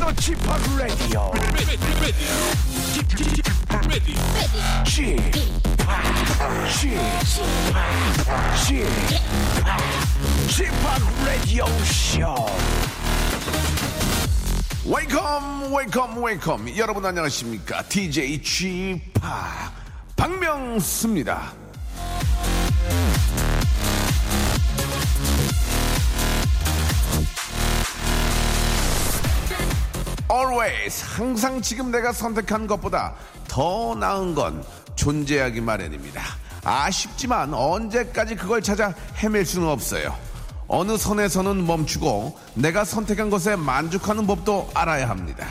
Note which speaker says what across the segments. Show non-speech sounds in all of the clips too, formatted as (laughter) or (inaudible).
Speaker 1: 너 지팍 라디오
Speaker 2: ready, ready, ready, ready,
Speaker 1: 지팍 지팍 지팍 지팍 라디오 쇼 웨이컴 웨이컴 웨이컴 여러분 안녕하십니까 DJ 지팍 박명수입니다 always 항상 지금 내가 선택한 것보다 더 나은 건 존재하기 마련입니다. 아쉽지만 언제까지 그걸 찾아 헤맬 수는 없어요. 어느 선에서는 멈추고 내가 선택한 것에 만족하는 법도 알아야 합니다.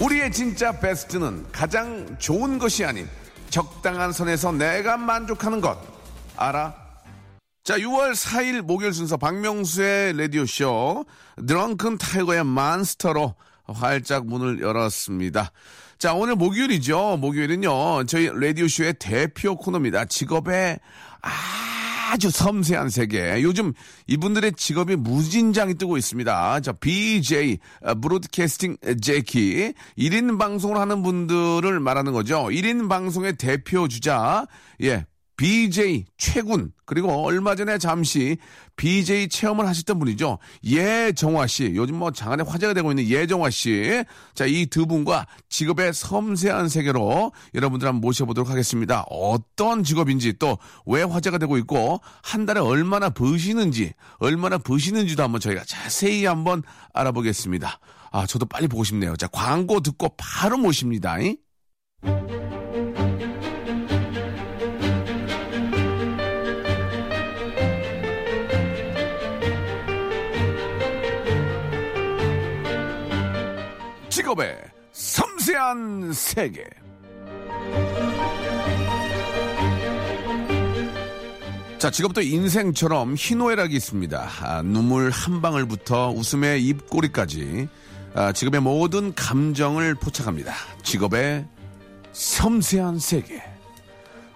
Speaker 1: 우리의 진짜 베스트는 가장 좋은 것이 아닌 적당한 선에서 내가 만족하는 것 알아? 자, 6월 4일 목요일 순서 박명수의 라디오쇼 드렁큰 타이거의 만스터로 활짝 문을 열었습니다. 자, 오늘 목요일이죠. 목요일은요. 저희 라디오쇼의 대표 코너입니다. 직업의 아주 섬세한 세계. 요즘 이분들의 직업이 무진장이 뜨고 있습니다. 자, BJ, 어, 브로드캐스팅 제키. 1인 방송을 하는 분들을 말하는 거죠. 1인 방송의 대표 주자. 예, BJ 최군 그리고 얼마 전에 잠시 BJ 체험을 하셨던 분이죠 예정화 씨 요즘 뭐 장안의 화제가 되고 있는 예정화 씨자 이 두 분과 직업의 섬세한 세계로 여러분들 한번 모셔보도록 하겠습니다 어떤 직업인지 또 왜 화제가 되고 있고 한 달에 얼마나 버시는지 얼마나 버시는지도 한번 저희가 자세히 한번 알아보겠습니다 아 저도 빨리 보고 싶네요 자 광고 듣고 바로 모십니다. 잉? 직업의 섬세한 세계. 자, 직업도 인생처럼 희노애락이 있습니다. 아, 눈물 한 방울부터 웃음의 입꼬리까지 아, 직업의 모든 감정을 포착합니다. 직업의 섬세한 세계.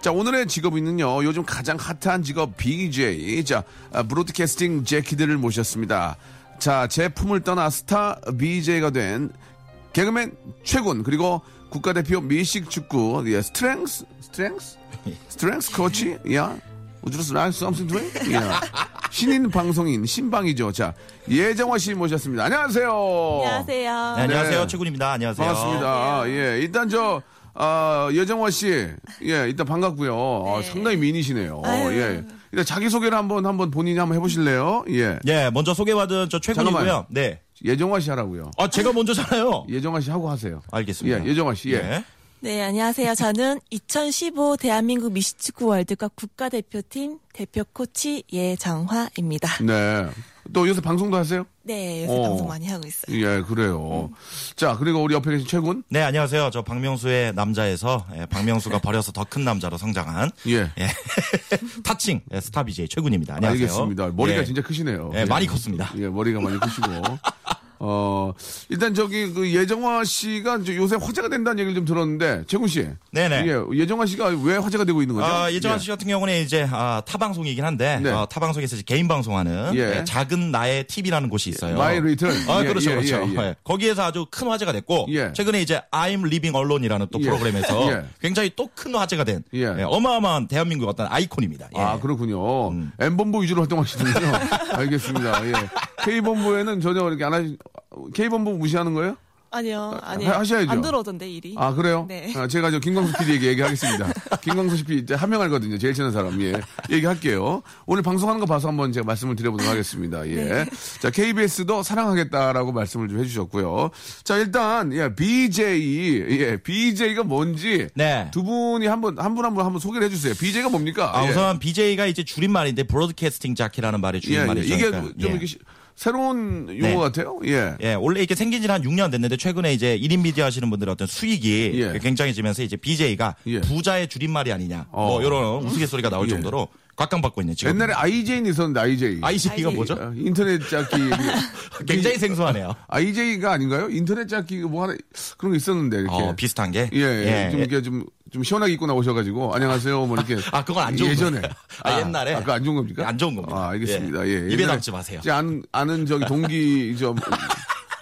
Speaker 1: 자, 오늘의 직업인은요, 요즘 가장 핫한 직업 BJ, 자, 아, 브로드캐스팅 제키들을 모셨습니다. 자, 제품을 떠나 스타 BJ가 된 개그맨 최군, 그리고 국가대표 미식축구, 예, 스트렝스, 스트렝스? 스트렝스 코치? 야? Would you like something to eat? 예. 신인 방송인, 신방이죠. 자, 예정화 씨 모셨습니다. 안녕하세요.
Speaker 3: 어, 안녕하세요.
Speaker 2: 네, 안녕하세요.
Speaker 1: 네.
Speaker 2: 최군입니다. 안녕하세요.
Speaker 1: 반갑습니다. 예, 일단 저 아, 예정화 씨, 예, 일단 반갑고요. 아,
Speaker 2: 네.
Speaker 1: 상당히 미인이시네요.
Speaker 3: 아유.
Speaker 1: 예, 일단 자기 소개를 한번 한번 본인이 한번 해보실래요? 예,
Speaker 2: 예, 먼저 소개받은 저 최군이고요.
Speaker 1: 잠깐만요.
Speaker 2: 네.
Speaker 1: 예정화 씨 하라고요.
Speaker 2: 아, 제가 먼저잖아요.
Speaker 1: (laughs) 예정화 씨 하고 하세요.
Speaker 2: 알겠습니다.
Speaker 1: 예, 예정화 씨, 예.
Speaker 2: 네.
Speaker 3: 네, 안녕하세요. 저는 2015 대한민국 미식축구 월드컵 국가대표팀 대표 코치 예정화입니다.
Speaker 1: 네. 또 요새 방송도 하세요?
Speaker 3: 네, 요새
Speaker 1: 어.
Speaker 3: 방송 많이 하고 있어요.
Speaker 1: 예, 그래요. 자, 그리고 우리 옆에 계신 최군.
Speaker 2: 네, 안녕하세요. 저 박명수의 남자에서 예,
Speaker 1: (laughs)
Speaker 2: 박명수가 버려서 더 큰 남자로 성장한
Speaker 1: 예.
Speaker 2: 예. (laughs) 타칭 예, 스타 BJ 최군입니다. 안녕하세요.
Speaker 1: 알겠습니다. 머리가
Speaker 2: 예.
Speaker 1: 진짜 크시네요.
Speaker 2: 예, 많이 컸습니다.
Speaker 1: 예, 머리가 많이 크시고. 어, 일단 저기 그 예정화 씨가 이제 요새 화제가 된다는 얘기를 좀 들었는데, 최군 씨.
Speaker 2: 네네.
Speaker 1: 예, 예정화 씨가 왜 화제가 되고 있는 거죠?
Speaker 2: 아, 예정환 씨 같은 경우는 이제 아, 타 방송이긴 한데
Speaker 1: 네.
Speaker 2: 어, 타 방송에서 이제 개인 방송하는
Speaker 1: 예.
Speaker 2: 예, 작은 나의 TV라는 곳이 있어요.
Speaker 1: 마이 리턴.
Speaker 2: 아,
Speaker 1: 예,
Speaker 2: 그렇죠,
Speaker 1: 예,
Speaker 2: 그렇죠.
Speaker 1: 예, 예.
Speaker 2: 예. 거기에서 아주 큰 화제가 됐고
Speaker 1: 예.
Speaker 2: 최근에 이제 I'm Living Alone이라는 또
Speaker 1: 예.
Speaker 2: 프로그램에서
Speaker 1: (laughs) 예.
Speaker 2: 굉장히 또 큰 화제가 된
Speaker 1: 예.
Speaker 2: 예, 어마어마한 대한민국 어떤 아이콘입니다. 예.
Speaker 1: 아, 그렇군요. M본부 위주로 활동하시는군요. (laughs) 알겠습니다. 예. K본부에는 전혀 이렇게 안 하시, K본부 무시하는 거예요?
Speaker 3: 아니요, 아니요.
Speaker 1: 하- 하셔야죠.
Speaker 3: 안 들어오던데, 일이.
Speaker 1: 아, 그래요?
Speaker 3: 네.
Speaker 1: 아, 제가 저 김광수 PD에게 얘기하겠습니다. 김광수 PD 이제 한명 알거든요. 제일 친한 사람. 예. 얘기할게요. 오늘 방송하는 거 봐서 한번 제가 말씀을 드려보도록 하겠습니다. 예. 자, KBS도 사랑하겠다라고 말씀을 좀 해주셨고요. 자, 일단, 예, BJ. 예, BJ가 뭔지.
Speaker 2: 네.
Speaker 1: 두 분이 한 번, 한 분 한 분 한번 소개를 해주세요. BJ가 뭡니까?
Speaker 2: 아,
Speaker 1: 예.
Speaker 2: 우선 BJ가 이제 줄임말인데 브로드캐스팅 자키라는 말의
Speaker 1: 예, 예.
Speaker 2: 줄임말이죠.
Speaker 1: 이게 좀
Speaker 2: 그러니까, 예.
Speaker 1: 이렇게 시- 새로운 용어
Speaker 2: 네.
Speaker 1: 같아요. 예.
Speaker 2: 예, 원래 이게 생긴 지는 한 6년 됐는데 최근에 이제 1인 미디어 하시는 분들의 어떤 수익이
Speaker 1: 예.
Speaker 2: 굉장히 지면서 이제 BJ가
Speaker 1: 예.
Speaker 2: 부자의 줄임말이 아니냐.
Speaker 1: 어.
Speaker 2: 뭐 이런 우스갯소리가 나올
Speaker 1: 예.
Speaker 2: 정도로 곽강받고 있네 지금.
Speaker 1: 옛날에 IJ는 있었는데 IJ.
Speaker 2: ICP가 뭐죠?
Speaker 1: 아, 인터넷 짝기.
Speaker 2: (laughs) 굉장히 생소하네요.
Speaker 1: IJ가 아닌가요? 인터넷 짝기 뭐 하나 그런 게 있었는데 이렇게.
Speaker 2: 어, 비슷한 게.
Speaker 1: 예, 예. 좀 이렇게 좀, 좀 시원하게 입고 나오셔가지고 안녕하세요 뭐 이렇게.
Speaker 2: 아, 그건 안 좋은
Speaker 1: 예전에.
Speaker 2: 거예요. 아, 옛날에?
Speaker 1: 아, 그거 안 좋은 겁니까?
Speaker 2: 안 좋은 겁니다.
Speaker 1: 아, 알겠습니다.
Speaker 2: 예.
Speaker 1: 예.
Speaker 2: 입에
Speaker 1: 옛날에
Speaker 2: 담지 마세요.
Speaker 1: 제 아는, 아는 저기 동기 저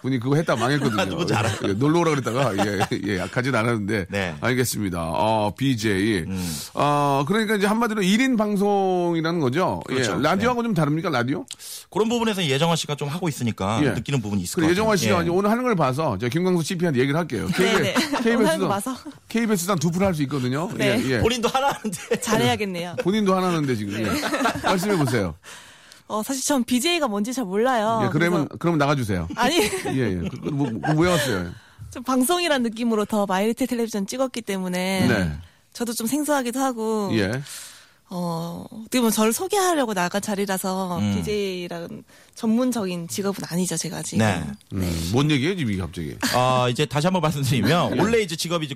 Speaker 1: 분이 그거 했다 망했거든요.
Speaker 2: 누군지 알아요.
Speaker 1: 예, 놀러 오라 그랬다가 예, 예, 약하진 않았는데.
Speaker 2: 네. 음.
Speaker 1: 알겠습니다. 어, BJ. 어, 그러니까 이제 한마디로 1인 방송이라는 거죠.
Speaker 2: 그렇죠.
Speaker 1: 예. 라디오하고 좀 다릅니까? 라디오?
Speaker 2: 그런 부분에서 예정화 씨가 좀 하고 있으니까
Speaker 1: 예.
Speaker 2: 느끼는 부분이 있을 것
Speaker 1: 그래,
Speaker 2: 같아요.
Speaker 1: 예정화 씨가
Speaker 2: 예.
Speaker 1: 이제 오늘 하는 걸 봐서 제가 김광수 CP한테 얘기를 할게요.
Speaker 3: 네네. 오늘 하는 거 봐서.
Speaker 1: KBS단 두 프로 할 수 있거든요.
Speaker 3: 네.
Speaker 1: 예, 예.
Speaker 2: 본인도 하나
Speaker 1: (laughs)
Speaker 2: 하는데
Speaker 3: 잘해야겠네요.
Speaker 1: 본인도 하나는데 지금 예. 말씀해 보세요.
Speaker 3: 어, 사실 전 BJ가 뭔지 잘 몰라요.
Speaker 1: 예, 그러면
Speaker 3: 어, 그래서-
Speaker 1: 그러면 나가주세요.
Speaker 3: 아니 (laughs)
Speaker 1: 예, 예. 그, 그, 뭐, 뭐, 왜 왔어요?
Speaker 3: 좀 방송이란 느낌으로 더 마이리티 텔레비전 찍었기 때문에
Speaker 1: 네.
Speaker 3: 저도 좀 생소하기도 하고
Speaker 1: 예.
Speaker 3: 어, 어떻게 보면 저를 소개하려고 나간 자리라서
Speaker 1: 음.
Speaker 3: BJ라는 전문적인 직업은 아니죠 제가 지금.
Speaker 2: 네.
Speaker 1: 음, 뭔 얘기예요, 지금 이게 갑자기?
Speaker 2: 아, 이제 다시 한번 말씀드리면 원래 이제 직업이 이제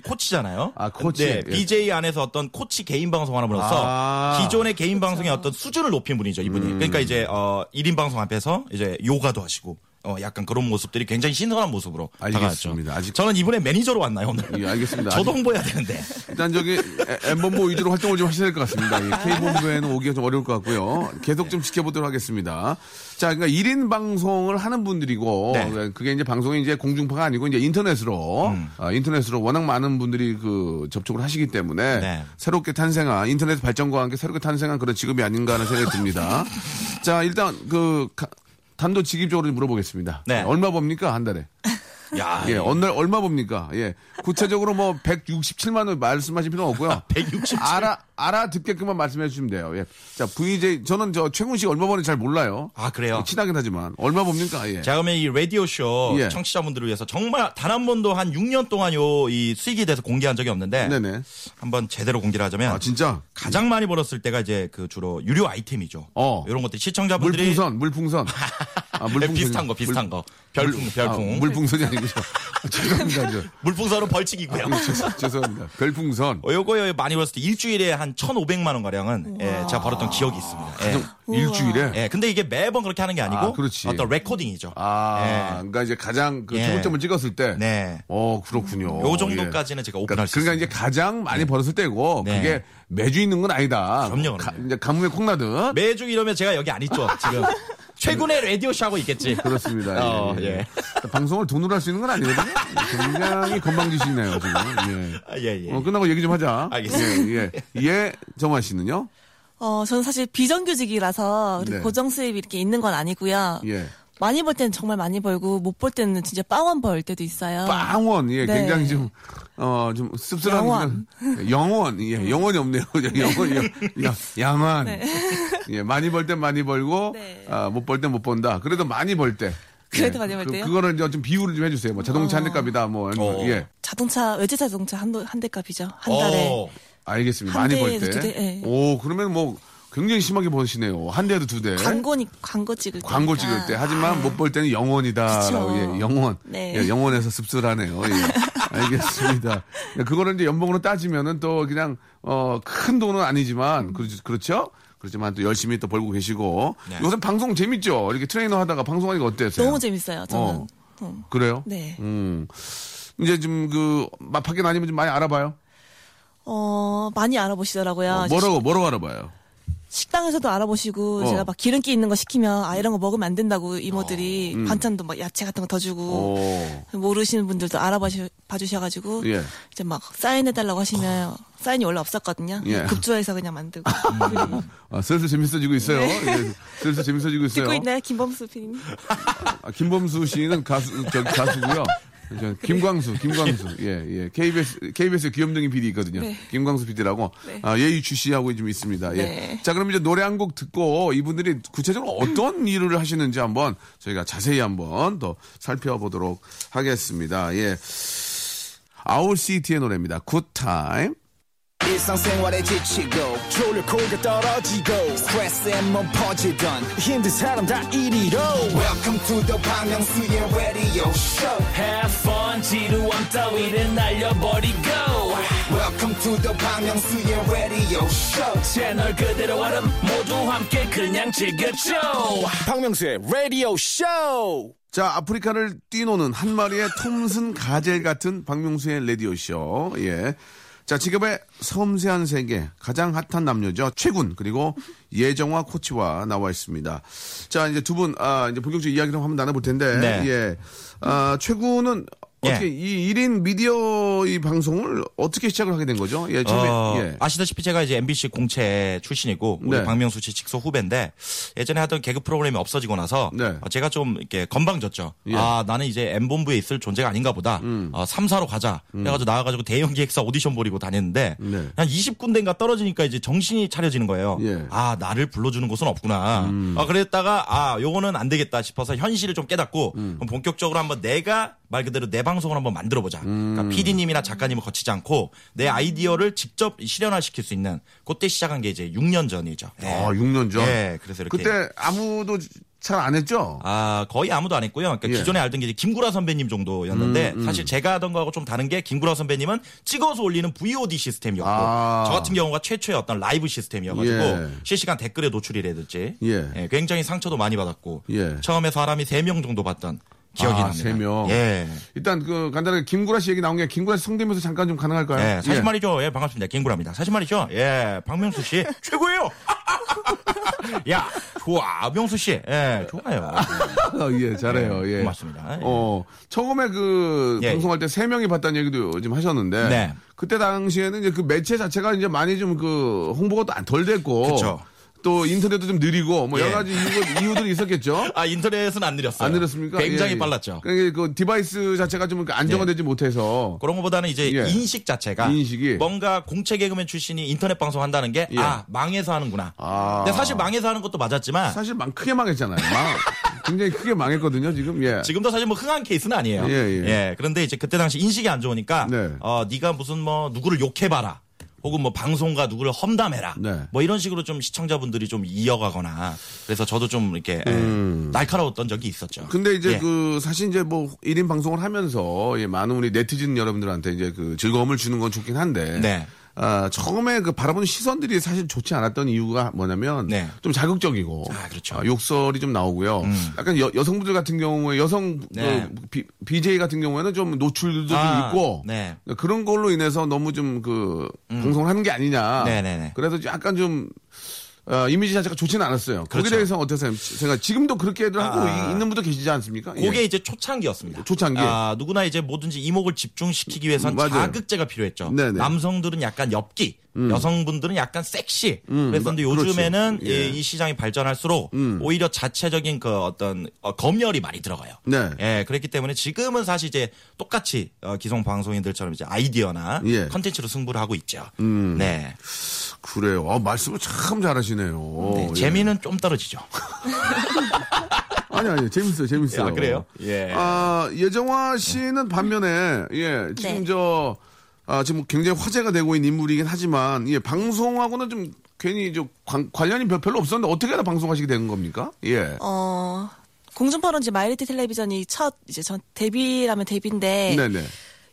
Speaker 1: 예.
Speaker 2: 코치잖아요.
Speaker 1: 아, 코치.
Speaker 2: 네,
Speaker 1: 예.
Speaker 2: BJ 안에서 어떤 코치 개인 방송 하나 분으로서
Speaker 1: 아. 그렇죠. 음.
Speaker 2: 기존의 개인 방송의 어떤 수준을 높인 분이죠, 이분이. 그러니까 이제 어 1인 방송 앞에서 이제 요가도 하시고 어 약간 그런 모습들이 굉장히 신선한 모습으로 다가왔죠.
Speaker 1: 알겠습니다. 아직-
Speaker 2: 저는 이분의 매니저로 왔나요, 오늘?
Speaker 1: 예, 알겠습니다.
Speaker 2: (laughs) 저도
Speaker 1: 아직-
Speaker 2: 홍보해야 되는데.
Speaker 1: 일단 저기 에- 엠범보 위주로 활동을 좀 하셔야 될 것 같습니다. 이 K본부에는 오기가 좀 어려울 것 같고요. 계속 좀 지켜보도록 하겠습니다. 자, 그러니까 1인 방송을 하는 분들이고
Speaker 2: 네.
Speaker 1: 그게 이제 방송이 이제 공중파가 아니고 이제 인터넷으로
Speaker 2: 음.
Speaker 1: 아, 인터넷으로 워낙 많은 분들이 그 접촉을 하시기 때문에
Speaker 2: 네.
Speaker 1: 새롭게 탄생한 인터넷 발전과 함께 새롭게 탄생한 그런 직업이 아닌가 하는 생각이
Speaker 2: (laughs)
Speaker 1: 듭니다. 자, 일단 그 가- 단도직입적으로 좀 물어보겠습니다.
Speaker 2: 네.
Speaker 1: 얼마 봅니까 한 달에?
Speaker 2: 야,
Speaker 1: 예, 어느 날 얼마 봅니까? 예. 구체적으로 뭐 167만 원 말씀하실 필요는
Speaker 2: (laughs)
Speaker 1: 없고요.
Speaker 2: 167.
Speaker 1: 알아 알아 듣게끔만 말씀해 주시면 돼요. 예. 자, VJ 저는 저 최군 씨 얼마 버는지 잘 몰라요. 예,
Speaker 2: 아, 그래요?
Speaker 1: 친하긴 하지만 얼마 봅니까? 예.
Speaker 2: 네. 자, 그러면 이 라디오쇼
Speaker 1: 예.
Speaker 2: 청취자분들을 위해서 정말 단 한 번도 한 6년 동안 요 이 수익에 대해서 공개한 적이 없는데
Speaker 1: 네네.
Speaker 2: 한번 제대로 공개를 하자면
Speaker 1: 아, 진짜.
Speaker 2: 가장 많이 벌었을 때가 이제 그 주로 유료 아이템이죠.
Speaker 1: 어.
Speaker 2: 이런 것들 시청자분들이 네,
Speaker 1: 물풍선,
Speaker 2: (laughs)
Speaker 1: 물풍선. 아, 물풍선이-
Speaker 2: 비슷한 거 비슷한 거 별풍 별풍
Speaker 1: 아, 물풍선이 아니고 죄송합니다.
Speaker 2: (laughs)
Speaker 1: 저.
Speaker 2: 물풍선은 벌칙이고요.
Speaker 1: 아, 죄송- 죄송합니다. 별풍선.
Speaker 2: 어, 요거 많이 벌었을 때 일주일에 한 1,500만 원 가량은 예, 제가 벌었던 기억이 있습니다. 예.
Speaker 1: 일주일에
Speaker 2: 예, 근데 이게 매번 그렇게 하는 게 아니고
Speaker 1: 아, 그렇지.
Speaker 2: 어떤 레코딩이죠.
Speaker 1: 아,
Speaker 2: 예.
Speaker 1: 그러니까 이제 가장 그
Speaker 2: 예.
Speaker 1: 기본점을 찍었을 때.
Speaker 2: 네.
Speaker 1: 어, 그렇군요.
Speaker 2: 요 정도까지는 제가 오픈할 수
Speaker 1: 그러니까 이제 가장 많이 벌었을 때고
Speaker 2: 네.
Speaker 1: 그게 매주 있는 건 아니다.
Speaker 2: 그럼요, 그럼요.
Speaker 1: 가, 이제 가뭄에 콩나듯.
Speaker 2: 매주 이러면 제가 여기 안 있죠.
Speaker 1: (laughs)
Speaker 2: 지금 최근의 라디오 쇼 하고 있겠지.
Speaker 1: 그렇습니다.
Speaker 2: 어,
Speaker 1: 예, 예.
Speaker 2: 예.
Speaker 1: 방송을 돈으로 할 수 있는 건 아니거든요. 굉장히 건방지시네요, 지금. 예.
Speaker 2: 아, 예, 예.
Speaker 1: 어, 끝나고 얘기 좀 하자.
Speaker 2: 알겠습니다.
Speaker 1: 예, 예. 예, 정화 씨는요?
Speaker 3: 어, 저는 사실 비정규직이라서 그리고
Speaker 1: 네.
Speaker 3: 고정 수입이 이렇게 있는 건 아니고요.
Speaker 1: 예.
Speaker 3: 많이 벌 때는 정말 많이 벌고 못 벌 때는 진짜 빵원 벌 때도 있어요.
Speaker 1: 빵원, 예,
Speaker 3: 네.
Speaker 1: 굉장히 좀, 어, 좀 씁쓸한.
Speaker 3: 양원.
Speaker 1: 그런- 영원, 예, 영원이 없네요. (laughs) 영원, 영, 야, 양원. 예, 많이 벌 땐 많이 벌고,
Speaker 3: 네.
Speaker 1: 아, 못 벌 땐 못 번다. 그래도 많이 벌 때.
Speaker 3: 그래도 많이 벌
Speaker 1: 그-
Speaker 3: 때요? 어.
Speaker 1: 그거는 이제 좀 비유를 좀 해주세요. 뭐 자동차 한 대 값이다, 뭐, 아니면-
Speaker 2: 어.
Speaker 1: 예.
Speaker 3: 자동차 외제 자동차 한도 한 대값이죠 한 달에.
Speaker 2: 어.
Speaker 1: 알겠습니다.
Speaker 3: 한
Speaker 1: 많이 벌
Speaker 3: 대에도
Speaker 1: 때.
Speaker 3: 두 대, 예.
Speaker 1: 오, 그러면 뭐, 굉장히 심하게 버시네요. 한 대도 두 대.
Speaker 3: 광고니 광고 찍을 때.
Speaker 1: 광고 찍을 때 하지만 못 볼 때는 영원이다라고
Speaker 3: 아, 그쵸.
Speaker 1: 예, 영원
Speaker 3: 네.
Speaker 1: 예, 영원에서 씁쓸하네요 예.
Speaker 3: (laughs)
Speaker 1: 알겠습니다 예, 그거를 이제 연봉으로 따지면은 또 그냥 어, 큰 돈은 아니지만 그렇지, 그렇죠 그렇지만 또 열심히 또 벌고 계시고
Speaker 2: 네.
Speaker 1: 요새 방송 재밌죠 이렇게 트레이너 하다가 방송하니까 어때요
Speaker 3: 너무 재밌어요 저는.
Speaker 1: 어.
Speaker 3: 음.
Speaker 1: 그래요
Speaker 3: 네.
Speaker 1: 음 이제 좀그 밖에 아니면 좀 많이 알아봐요
Speaker 3: 어 많이 알아보시더라고요.
Speaker 1: 어, 뭐라고 뭐라고 알아봐요
Speaker 3: 식당에서도 알아보시고
Speaker 1: 어.
Speaker 3: 제가 막 기름기 있는 거 시키면 아 이런 거 먹으면 안 된다고
Speaker 1: 어.
Speaker 3: 이모들이
Speaker 1: 음.
Speaker 3: 반찬도 막 야채 같은 거 더 주고
Speaker 1: 오.
Speaker 3: 모르시는 분들도 알아봐 주셔가지고
Speaker 1: 예.
Speaker 3: 이제 막 사인해 달라고 하시면 사인이 원래 없었거든요.
Speaker 1: 예.
Speaker 3: 급조해서 그냥 만들고 (laughs)
Speaker 1: 아, 슬슬 재밌어지고
Speaker 3: 네.
Speaker 1: 있어요. 예, 슬슬
Speaker 3: (laughs)
Speaker 1: 재밌어지고 있어요.
Speaker 3: 듣고 있나요 김범수 PD님?
Speaker 1: 아, 김범수 씨는 가수, 저 가수고요. 저 김광수, 김광수, 예, 예. KBS, KBS 귀염둥이 PD 있거든요.
Speaker 3: 네.
Speaker 1: 김광수 PD라고. 아, 예유추 씨하고 좀 있습니다. 예.
Speaker 3: 네.
Speaker 1: 자, 그럼 이제 노래 한 곡 듣고 이분들이 구체적으로 어떤 일을 하시는지 한번 저희가 자세히 한번 더 살펴보도록 하겠습니다. 예. 아울시티의 노래입니다. 굿타임.
Speaker 4: 일상생활에 지치고, 졸려 코가 떨어지고, 스트레스에 몸 퍼지던, 힘든 사람 다 이리로. welcome to the Bang Myung-soo's radio show
Speaker 5: Have fun 지루한 따위를 날려버리고
Speaker 4: Welcome to the 방명수의 radio show.
Speaker 5: 채널 그대로 얼음 모두 함께 그냥 즐겨줘
Speaker 4: 방명수의 radio show.
Speaker 1: 자, 아프리카를 뛰노는 한 마리의 톰슨 가젤 같은 박명수의 레디오쇼. 예. 자, 직업의 섬세한 세계, 가장 핫한 남녀죠. 최군, 그리고 예정화 코치와 나와 있습니다. 자, 이제 두 분, 아, 이제 본격적인 이야기를 한번 나눠볼 텐데.
Speaker 2: 네.
Speaker 1: 예. 아, 최군은 어떻게
Speaker 2: 예.
Speaker 1: 이 1인 미디어 이 방송을 어떻게 시작을 하게 된 거죠? 예, 처음에.
Speaker 2: 어,
Speaker 1: 예.
Speaker 2: 아시다시피 제가 이제 MBC 공채 출신이고 우리
Speaker 1: 네.
Speaker 2: 박명수 씨 직속 후배인데 예전에 하던 개그 프로그램이 없어지고 나서
Speaker 1: 네. 예.
Speaker 2: 어, 제가 좀 이렇게 건방졌죠. 아 나는 이제 M 본부에 있을 존재가 아닌가 보다.
Speaker 1: 음.
Speaker 2: 어, 3사로 가자. 그래가지고 나와가지고 대형 기획사 오디션 보리고 다녔는데
Speaker 1: 네.
Speaker 2: 한 20군데인가 떨어지니까 이제 정신이 차려지는 거예요.
Speaker 1: 예. 음.
Speaker 2: 아 나를 불러주는 곳은 없구나. 아, 그랬다가 아 요거는 안 되겠다 싶어서 현실을 좀 깨닫고
Speaker 1: 음.
Speaker 2: 그럼 본격적으로 한번 내가 말 그대로 내 방송을 한번 만들어보자.
Speaker 1: 음.
Speaker 2: 그러니까 PD님이나 작가님을 거치지 않고 내 아이디어를 직접 실현화시킬 수 있는 그때 시작한 게 이제 6년 전이죠. 예.
Speaker 1: 아, 6년 전.
Speaker 2: 예, 그래서 이렇게
Speaker 1: 그때 아무도 잘 안 했죠?
Speaker 2: 아, 거의 아무도 안 했고요. 그러니까
Speaker 1: 예. 음,
Speaker 2: 기존에 알던 게 이제 김구라 선배님 정도였는데 사실 제가 하던 거하고 좀 다른 게 김구라 선배님은 찍어서 올리는 VOD 시스템이었고
Speaker 1: 아.
Speaker 2: 저 같은 경우가 최초의 어떤 라이브 시스템이어가지고
Speaker 1: 예.
Speaker 2: 실시간 댓글에 노출이라든지
Speaker 1: 예.
Speaker 2: 예, 굉장히 상처도 많이 받았고
Speaker 1: 예.
Speaker 2: 처음에 사람이 3명 정도 봤던 기억이
Speaker 1: 아,
Speaker 2: 납니다.
Speaker 1: 세 명.
Speaker 2: 예.
Speaker 1: 일단 그 간단하게 김구라 씨 얘기 나온 게 김구라 씨 성대면서 잠깐 좀 가능할까요?
Speaker 2: 예, 사실
Speaker 1: 예.
Speaker 2: 말이죠. 예, 반갑습니다. 김구라입니다. 사실 말이죠. 예,
Speaker 1: (laughs)
Speaker 2: 박명수 씨 최고예요. (laughs) 야, 좋아, 명수 씨. 예, 좋아요.
Speaker 1: 어, (laughs) 예, 잘해요. 예.
Speaker 2: 고맙습니다. 예.
Speaker 1: 어, 처음에 그
Speaker 2: 예.
Speaker 1: 방송할 때 세 명이 봤다는 얘기도 지금 하셨는데
Speaker 2: 네.
Speaker 1: 그때 당시에는 이제 그 매체 자체가 이제 많이 좀 그 홍보가 또 덜 됐고
Speaker 2: 그쵸.
Speaker 1: 또 인터넷도 좀 느리고 뭐
Speaker 2: 예.
Speaker 1: 여러 가지 이유, 이유들이
Speaker 2: (laughs)
Speaker 1: 있었겠죠.
Speaker 2: 아 인터넷은 안 느렸어요.
Speaker 1: 안 늘었습니까?
Speaker 2: 굉장히
Speaker 1: 예, 예.
Speaker 2: 빨랐죠. 예.
Speaker 1: 그러니까 그 디바이스 자체가 좀 안정화되지 못해서
Speaker 2: 그런 것보다는 이제
Speaker 1: 예.
Speaker 2: 인식 자체가
Speaker 1: 인식이.
Speaker 2: 뭔가 공채 개그맨 출신이 인터넷 방송 한다는 게 아
Speaker 1: 예.
Speaker 2: 망해서 하는구나.
Speaker 1: 아.
Speaker 2: 근데 사실 망해서 하는 것도 맞았지만
Speaker 1: 사실 망 크게 망했잖아요.
Speaker 2: (laughs)
Speaker 1: 망 굉장히 크게 망했거든요. 지금 예.
Speaker 2: 지금도 사실 뭐 흥한 케이스는 아니에요.
Speaker 1: 예, 예.
Speaker 2: 그런데 이제 그때 당시 인식이 안 좋으니까
Speaker 1: 네.
Speaker 2: 어 네가 무슨 뭐 누구를 욕해봐라. 혹은 뭐 방송과 누구를 험담해라.
Speaker 1: 네.
Speaker 2: 뭐 이런 식으로 좀 시청자분들이 좀 이어가거나 그래서 저도 좀 이렇게 예,
Speaker 1: 음.
Speaker 2: 날카로웠던 적이 있었죠.
Speaker 1: 근데 이제
Speaker 2: 예.
Speaker 1: 그 사실 이제 뭐일인 방송을 하면서 예, 많은 우리 네티즌 여러분들한테 이제 그 즐거움을 주는 건 좋긴 한데.
Speaker 2: 네.
Speaker 1: 아, 처음에 그 바라보는 시선들이 사실 좋지 않았던 이유가 뭐냐면
Speaker 2: 네.
Speaker 1: 좀 자극적이고
Speaker 2: 아, 그렇죠. 음.
Speaker 1: 욕설이 좀 나오고요. 약간 여, 성분들 같은 경우에 여성
Speaker 2: 네.
Speaker 1: 그 비, BJ 같은 경우에는 좀 노출도
Speaker 2: 아,
Speaker 1: 좀 있고
Speaker 2: 네. 음.
Speaker 1: 그런 걸로 인해서 너무 좀 그 방송을 하는 게 아니냐.
Speaker 2: 네네네.
Speaker 1: 그래서 약간 좀 어, 이미지 자체가 좋지는 않았어요. 거기에
Speaker 2: 그렇죠.
Speaker 1: 대해서 어떠세요? 생각 지금도 그렇게들 하고
Speaker 2: 아.
Speaker 1: 이- 있는 분도 계시지 않습니까? 예.
Speaker 2: 그게 이제 초창기였습니다.
Speaker 1: 초창기.
Speaker 2: 아, 누구나 이제 뭐든지 이목을 집중시키기 위해선
Speaker 1: 음, 맞아요.
Speaker 2: 자극제가 필요했죠.
Speaker 1: 네네.
Speaker 2: 남성들은 약간 엽기, 여성분들은 약간 섹시. 그랬었는데
Speaker 1: 마- 그렇죠.
Speaker 2: 요즘에는 이-
Speaker 1: 예. 음.
Speaker 2: 이 시장이 발전할수록 오히려 자체적인 그 어떤 어, 검열이 많이 들어가요.
Speaker 1: 네.
Speaker 2: 예, 그렇기 때문에 지금은 사실 이제 똑같이 어, 기성 방송인들처럼 이제 아이디어나
Speaker 1: 예. 음.
Speaker 2: 컨텐츠로 승부를 하고 있죠. 네.
Speaker 1: 그래요. 아, 말씀을 참 잘하시네요.
Speaker 2: 네,
Speaker 1: 예.
Speaker 2: 재미는 좀 떨어지죠.
Speaker 1: 아니 아니 재밌어요 재밌어요.
Speaker 2: 아, 그래요? 예.
Speaker 1: 아, 예정화 씨는 반면에 예 지금
Speaker 3: 네.
Speaker 1: 저 아, 지금 굉장히 화제가 되고 있는 인물이긴 하지만 예 방송하고는 좀 괜히 저 관, 관련이 별- 별로 없었는데 어떻게 하다 방송하시게 된 겁니까? 예.
Speaker 3: 어, 공중파론지 마이리티 텔레비전이 첫 이제 전 데뷔라면 데뷔인데
Speaker 1: 네네.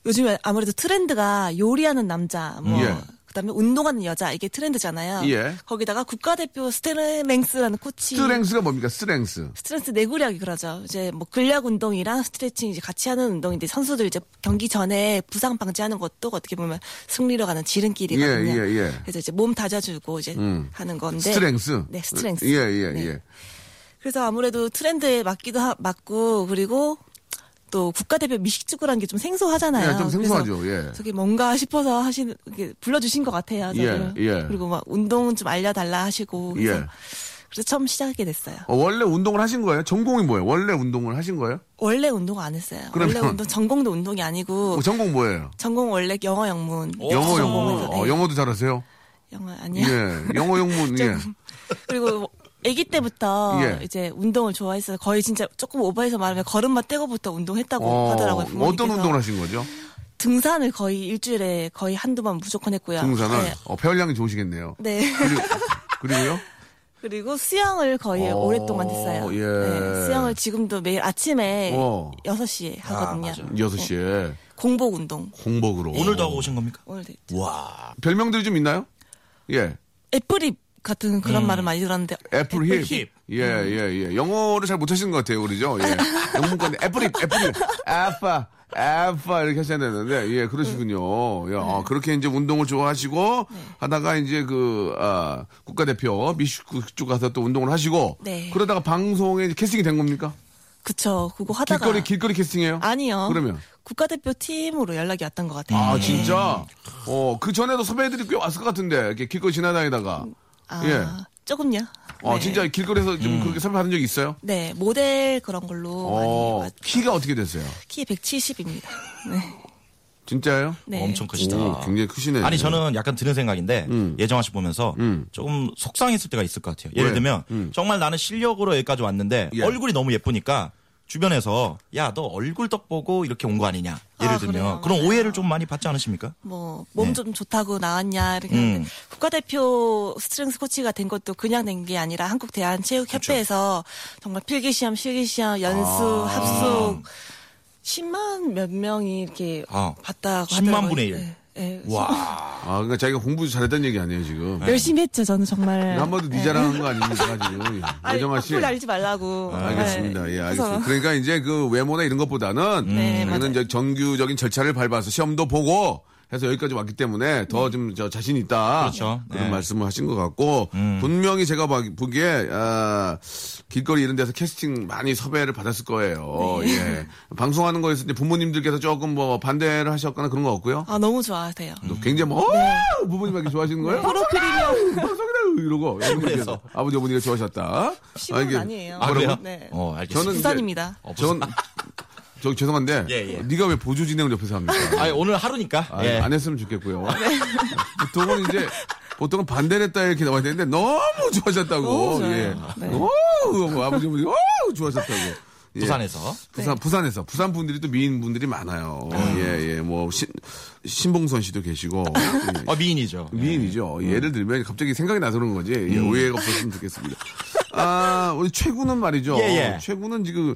Speaker 3: 요즘에 아무래도 트렌드가 요리하는 남자, 뭐
Speaker 1: 예.
Speaker 3: 그다음에 운동하는 여자 이게 트렌드잖아요.
Speaker 1: 예.
Speaker 3: 거기다가 국가대표 스테르맹스라는 코치
Speaker 1: 스트렝스가 뭡니까? 스트렝스.
Speaker 3: 스트레스 내구력이 그러죠. 이제 뭐 근력 운동이랑 스트레칭 이제 같이 하는 운동인데 선수들 이제 경기 전에 부상 방지하는 것도 어떻게 보면 승리로 가는 지름길이거든요.
Speaker 1: 예, 예, 예.
Speaker 3: 그래서 이제 몸 다져주고 이제 하는 건데.
Speaker 1: 스트렝스.
Speaker 3: 네, 스트렝스.
Speaker 1: 예, 예,
Speaker 3: 네.
Speaker 1: 예.
Speaker 3: 그래서 아무래도 트렌드에 맞기도 하- 맞고 그리고 또 국가대표 미식축구라는 게 좀 생소하잖아요.
Speaker 1: 예, 좀 생소하죠,
Speaker 3: 그래서
Speaker 1: 예.
Speaker 3: 저게 뭔가 싶어서 하시는 이렇게 불러주신 것 같아요. 저를.
Speaker 1: 예, 예.
Speaker 3: 그리고 막 운동 좀 알려달라 하시고 그래서,
Speaker 1: 예.
Speaker 3: 그래서 처음 시작하게 됐어요.
Speaker 1: 어, 원래 운동을 하신 거예요? 전공이 뭐예요? 원래 운동을 하신 거예요?
Speaker 3: 원래 운동 안 했어요.
Speaker 1: 그러면-
Speaker 3: 원래 운동 전공도 운동이 아니고
Speaker 1: 어, 전공 뭐예요?
Speaker 3: 전공 원래 영어 영문.
Speaker 1: 영어 영문.
Speaker 3: 영어 영문에서,
Speaker 1: 어,
Speaker 3: 네.
Speaker 1: 영어도 잘하세요?
Speaker 3: 영어 아니야. (laughs)
Speaker 1: 예. 영어 영문. 예.
Speaker 3: 그리고 아기 때부터
Speaker 1: 예.
Speaker 3: 이제 운동을 좋아했어요. 거의 진짜 조금 오버해서 말하면 걸음마 떼고부터 운동했다고
Speaker 1: 어,
Speaker 3: 하더라고요.
Speaker 1: 어떤
Speaker 3: 부모님께서.
Speaker 1: 운동을 하신 거죠?
Speaker 3: 등산을 거의 일주일에 거의 한두 번 무조건 했고요.
Speaker 1: 등산을
Speaker 3: 네.
Speaker 1: 어, 폐활량이 좋으시겠네요.
Speaker 3: 네. (laughs)
Speaker 1: 그리고, 그리고요?
Speaker 3: 그리고 수영을 거의
Speaker 1: 어,
Speaker 3: 오랫동안 했어요.
Speaker 1: 예.
Speaker 3: 네, 수영을 지금도 매일 아침에
Speaker 1: 어.
Speaker 3: 6시에 하거든요.
Speaker 2: 맞아.
Speaker 1: 여섯 시에
Speaker 3: 네. 공복 운동.
Speaker 1: 공복으로.
Speaker 2: 오늘도 하고 오신 겁니까?
Speaker 3: 오늘 되-
Speaker 2: 와.
Speaker 1: 별명들이 좀 있나요? 예.
Speaker 3: 애플힙 같은 그런
Speaker 1: 음.
Speaker 3: 말을 많이 들었는데
Speaker 1: 애플 힙.
Speaker 2: 힙.
Speaker 1: 예,
Speaker 3: 음.
Speaker 1: 예, 예. 영어를 잘 못하시는 것 같아요, 우리죠.
Speaker 3: (laughs)
Speaker 1: 예. 영문권 애플 힙, 애플 힙. 아빠, 아빠 이렇게 하셔야 되는데, 예,
Speaker 3: 음.
Speaker 1: 그러시군요. 야,
Speaker 3: 네.
Speaker 1: 아, 그렇게 이제 운동을 좋아하시고 하다가 이제 그, 아, 국가대표 미식국 쪽 가서 또 운동을 하시고.
Speaker 3: 네.
Speaker 1: 그러다가 방송에 이제 캐스팅이 된 겁니까?
Speaker 3: 그쵸 그거 하다가
Speaker 1: 길거리, 길거리 캐스팅이에요?
Speaker 3: 아니요. 네.
Speaker 1: 그러면?
Speaker 3: 국가대표 팀으로 연락이 왔던 것 같아요. 네.
Speaker 1: 아, 진짜? 어, 그 전에도 섭외들이 꽤 왔을 것 같은데, 이렇게 길거리 지나다니다가.
Speaker 3: 아,
Speaker 1: 예.
Speaker 3: 조금요.
Speaker 1: 어,
Speaker 3: 네.
Speaker 1: 진짜 길거리에서 좀 그렇게 섭외 받은 적 있어요?
Speaker 3: 네 모델 그런 걸로 많이
Speaker 1: 어,
Speaker 3: 왔-
Speaker 1: 키가 어떻게 됐어요?
Speaker 3: 키 170입니다. 네.
Speaker 1: 진짜요?
Speaker 3: 네.
Speaker 2: 엄청 크시다.
Speaker 1: 오, 굉장히 크시네. 음.
Speaker 2: 아니 저는 약간 드는 생각인데 예정아 씨 보면서 조금 속상했을 때가 있을 것 같아요. 예를
Speaker 1: 왜? 음.
Speaker 2: 들면 정말 나는 실력으로 여기까지 왔는데
Speaker 1: 예.
Speaker 2: 얼굴이 너무 예쁘니까 주변에서 야 너 얼굴 떡 보고 이렇게 온 거 아니냐 예를
Speaker 3: 아,
Speaker 2: 들면
Speaker 3: 그래요?
Speaker 2: 그런 오해를 좀 많이 받지 않으십니까?
Speaker 3: 뭐
Speaker 2: 네.
Speaker 3: 몸 좀 좋다고 나왔냐 이렇게
Speaker 2: 음.
Speaker 3: 하는데 국가대표 스트렝스 코치가 된 것도 그냥 된 게 아니라 한국 대한 체육협회에서
Speaker 2: 그렇죠.
Speaker 3: 정말 필기 시험, 실기 시험, 연수,
Speaker 2: 아.
Speaker 3: 합숙 10만 몇 명이 이렇게
Speaker 2: 아,
Speaker 3: 봤다고
Speaker 2: 10만
Speaker 3: 하더라고요.
Speaker 2: 분의 일.
Speaker 3: 네, 네.
Speaker 2: 와
Speaker 1: 아, 그러니까 자기가 공부 잘했다는 얘기 아니에요, 지금.
Speaker 2: 네.
Speaker 3: 열심히 했죠 저는 정말.
Speaker 1: 한 번도 네 자랑한 거 아닙니까, 지금.
Speaker 3: 아니,
Speaker 1: 예정아 씨.
Speaker 3: 악플 날리지 말라고.
Speaker 1: 알겠습니다.
Speaker 3: 네.
Speaker 1: 예,
Speaker 3: 그래서
Speaker 1: 알겠습니다. 그러니까 이제 그 외모나 이런
Speaker 2: 음.
Speaker 1: 것보다는
Speaker 3: 네,
Speaker 1: 저는 이제 정규적인 절차를 밟아서 시험도 보고 해서 여기까지 왔기 때문에 더 좀 저 자신 있다.
Speaker 2: 네. 그렇죠.
Speaker 1: 런
Speaker 2: 네. 음.
Speaker 1: 말씀을 하신 것 같고 분명히 제가 봐- 보기에 아, 길거리 이런 데서 캐스팅 많이 섭외를 받았을 거예요.
Speaker 2: 네.
Speaker 1: 예. 방송하는 거에서 이제 부모님들께서 조금 뭐 반대를 하셨거나 그런 거 없고요.
Speaker 3: 아 너무 좋아하세요.
Speaker 2: 음.
Speaker 1: 굉장히 뭐,
Speaker 3: 네.
Speaker 1: 어! 부모님 이렇게 좋아하시는 거예요?
Speaker 3: 프로필이면
Speaker 1: 방송이다! 이러고.
Speaker 2: 그래서.
Speaker 1: 아버지, 어머니가 좋아하셨다.
Speaker 3: 시골은
Speaker 1: 이게-
Speaker 3: 아니에요.
Speaker 2: 아, 그래요?
Speaker 3: 네.
Speaker 2: 어 알겠습니다.
Speaker 1: 저는-
Speaker 3: 부산입니다.
Speaker 2: 어,
Speaker 1: 전, 저 죄송한데.
Speaker 2: 예, 예.
Speaker 1: 네가 왜 보조 진행을 옆에서 합니까?
Speaker 2: 아니, 오늘 하루니까
Speaker 1: 아,
Speaker 2: 예.
Speaker 1: 안 했으면 좋겠고요.
Speaker 3: 네.
Speaker 1: 보통은 이제, 보통은 반대를 했다 이렇게 나와야 되는데 너무 좋아하셨다고.
Speaker 3: 너무 좋아요.
Speaker 1: 예.
Speaker 3: 네.
Speaker 1: 너무 뭐 아버지, 어머니, 오! 좋아하셨다고. 예.
Speaker 2: 부산에서
Speaker 1: 부산, 부산에서. 부산 분들이 또 미인 분들이 많아요. 예, 예. 뭐, 신, 신봉선 씨도
Speaker 3: (laughs)
Speaker 1: 계시고. 예.
Speaker 2: 어 미인이죠.
Speaker 1: 미인이죠.
Speaker 2: 네.
Speaker 1: 예를 들면 갑자기 생각이 나서 그런 거지. 예,
Speaker 2: 음.
Speaker 1: 오해가 없었으면 좋겠습니다. 아, 우리 최군은 말이죠.
Speaker 2: 예, 예.
Speaker 1: 최군은 지금,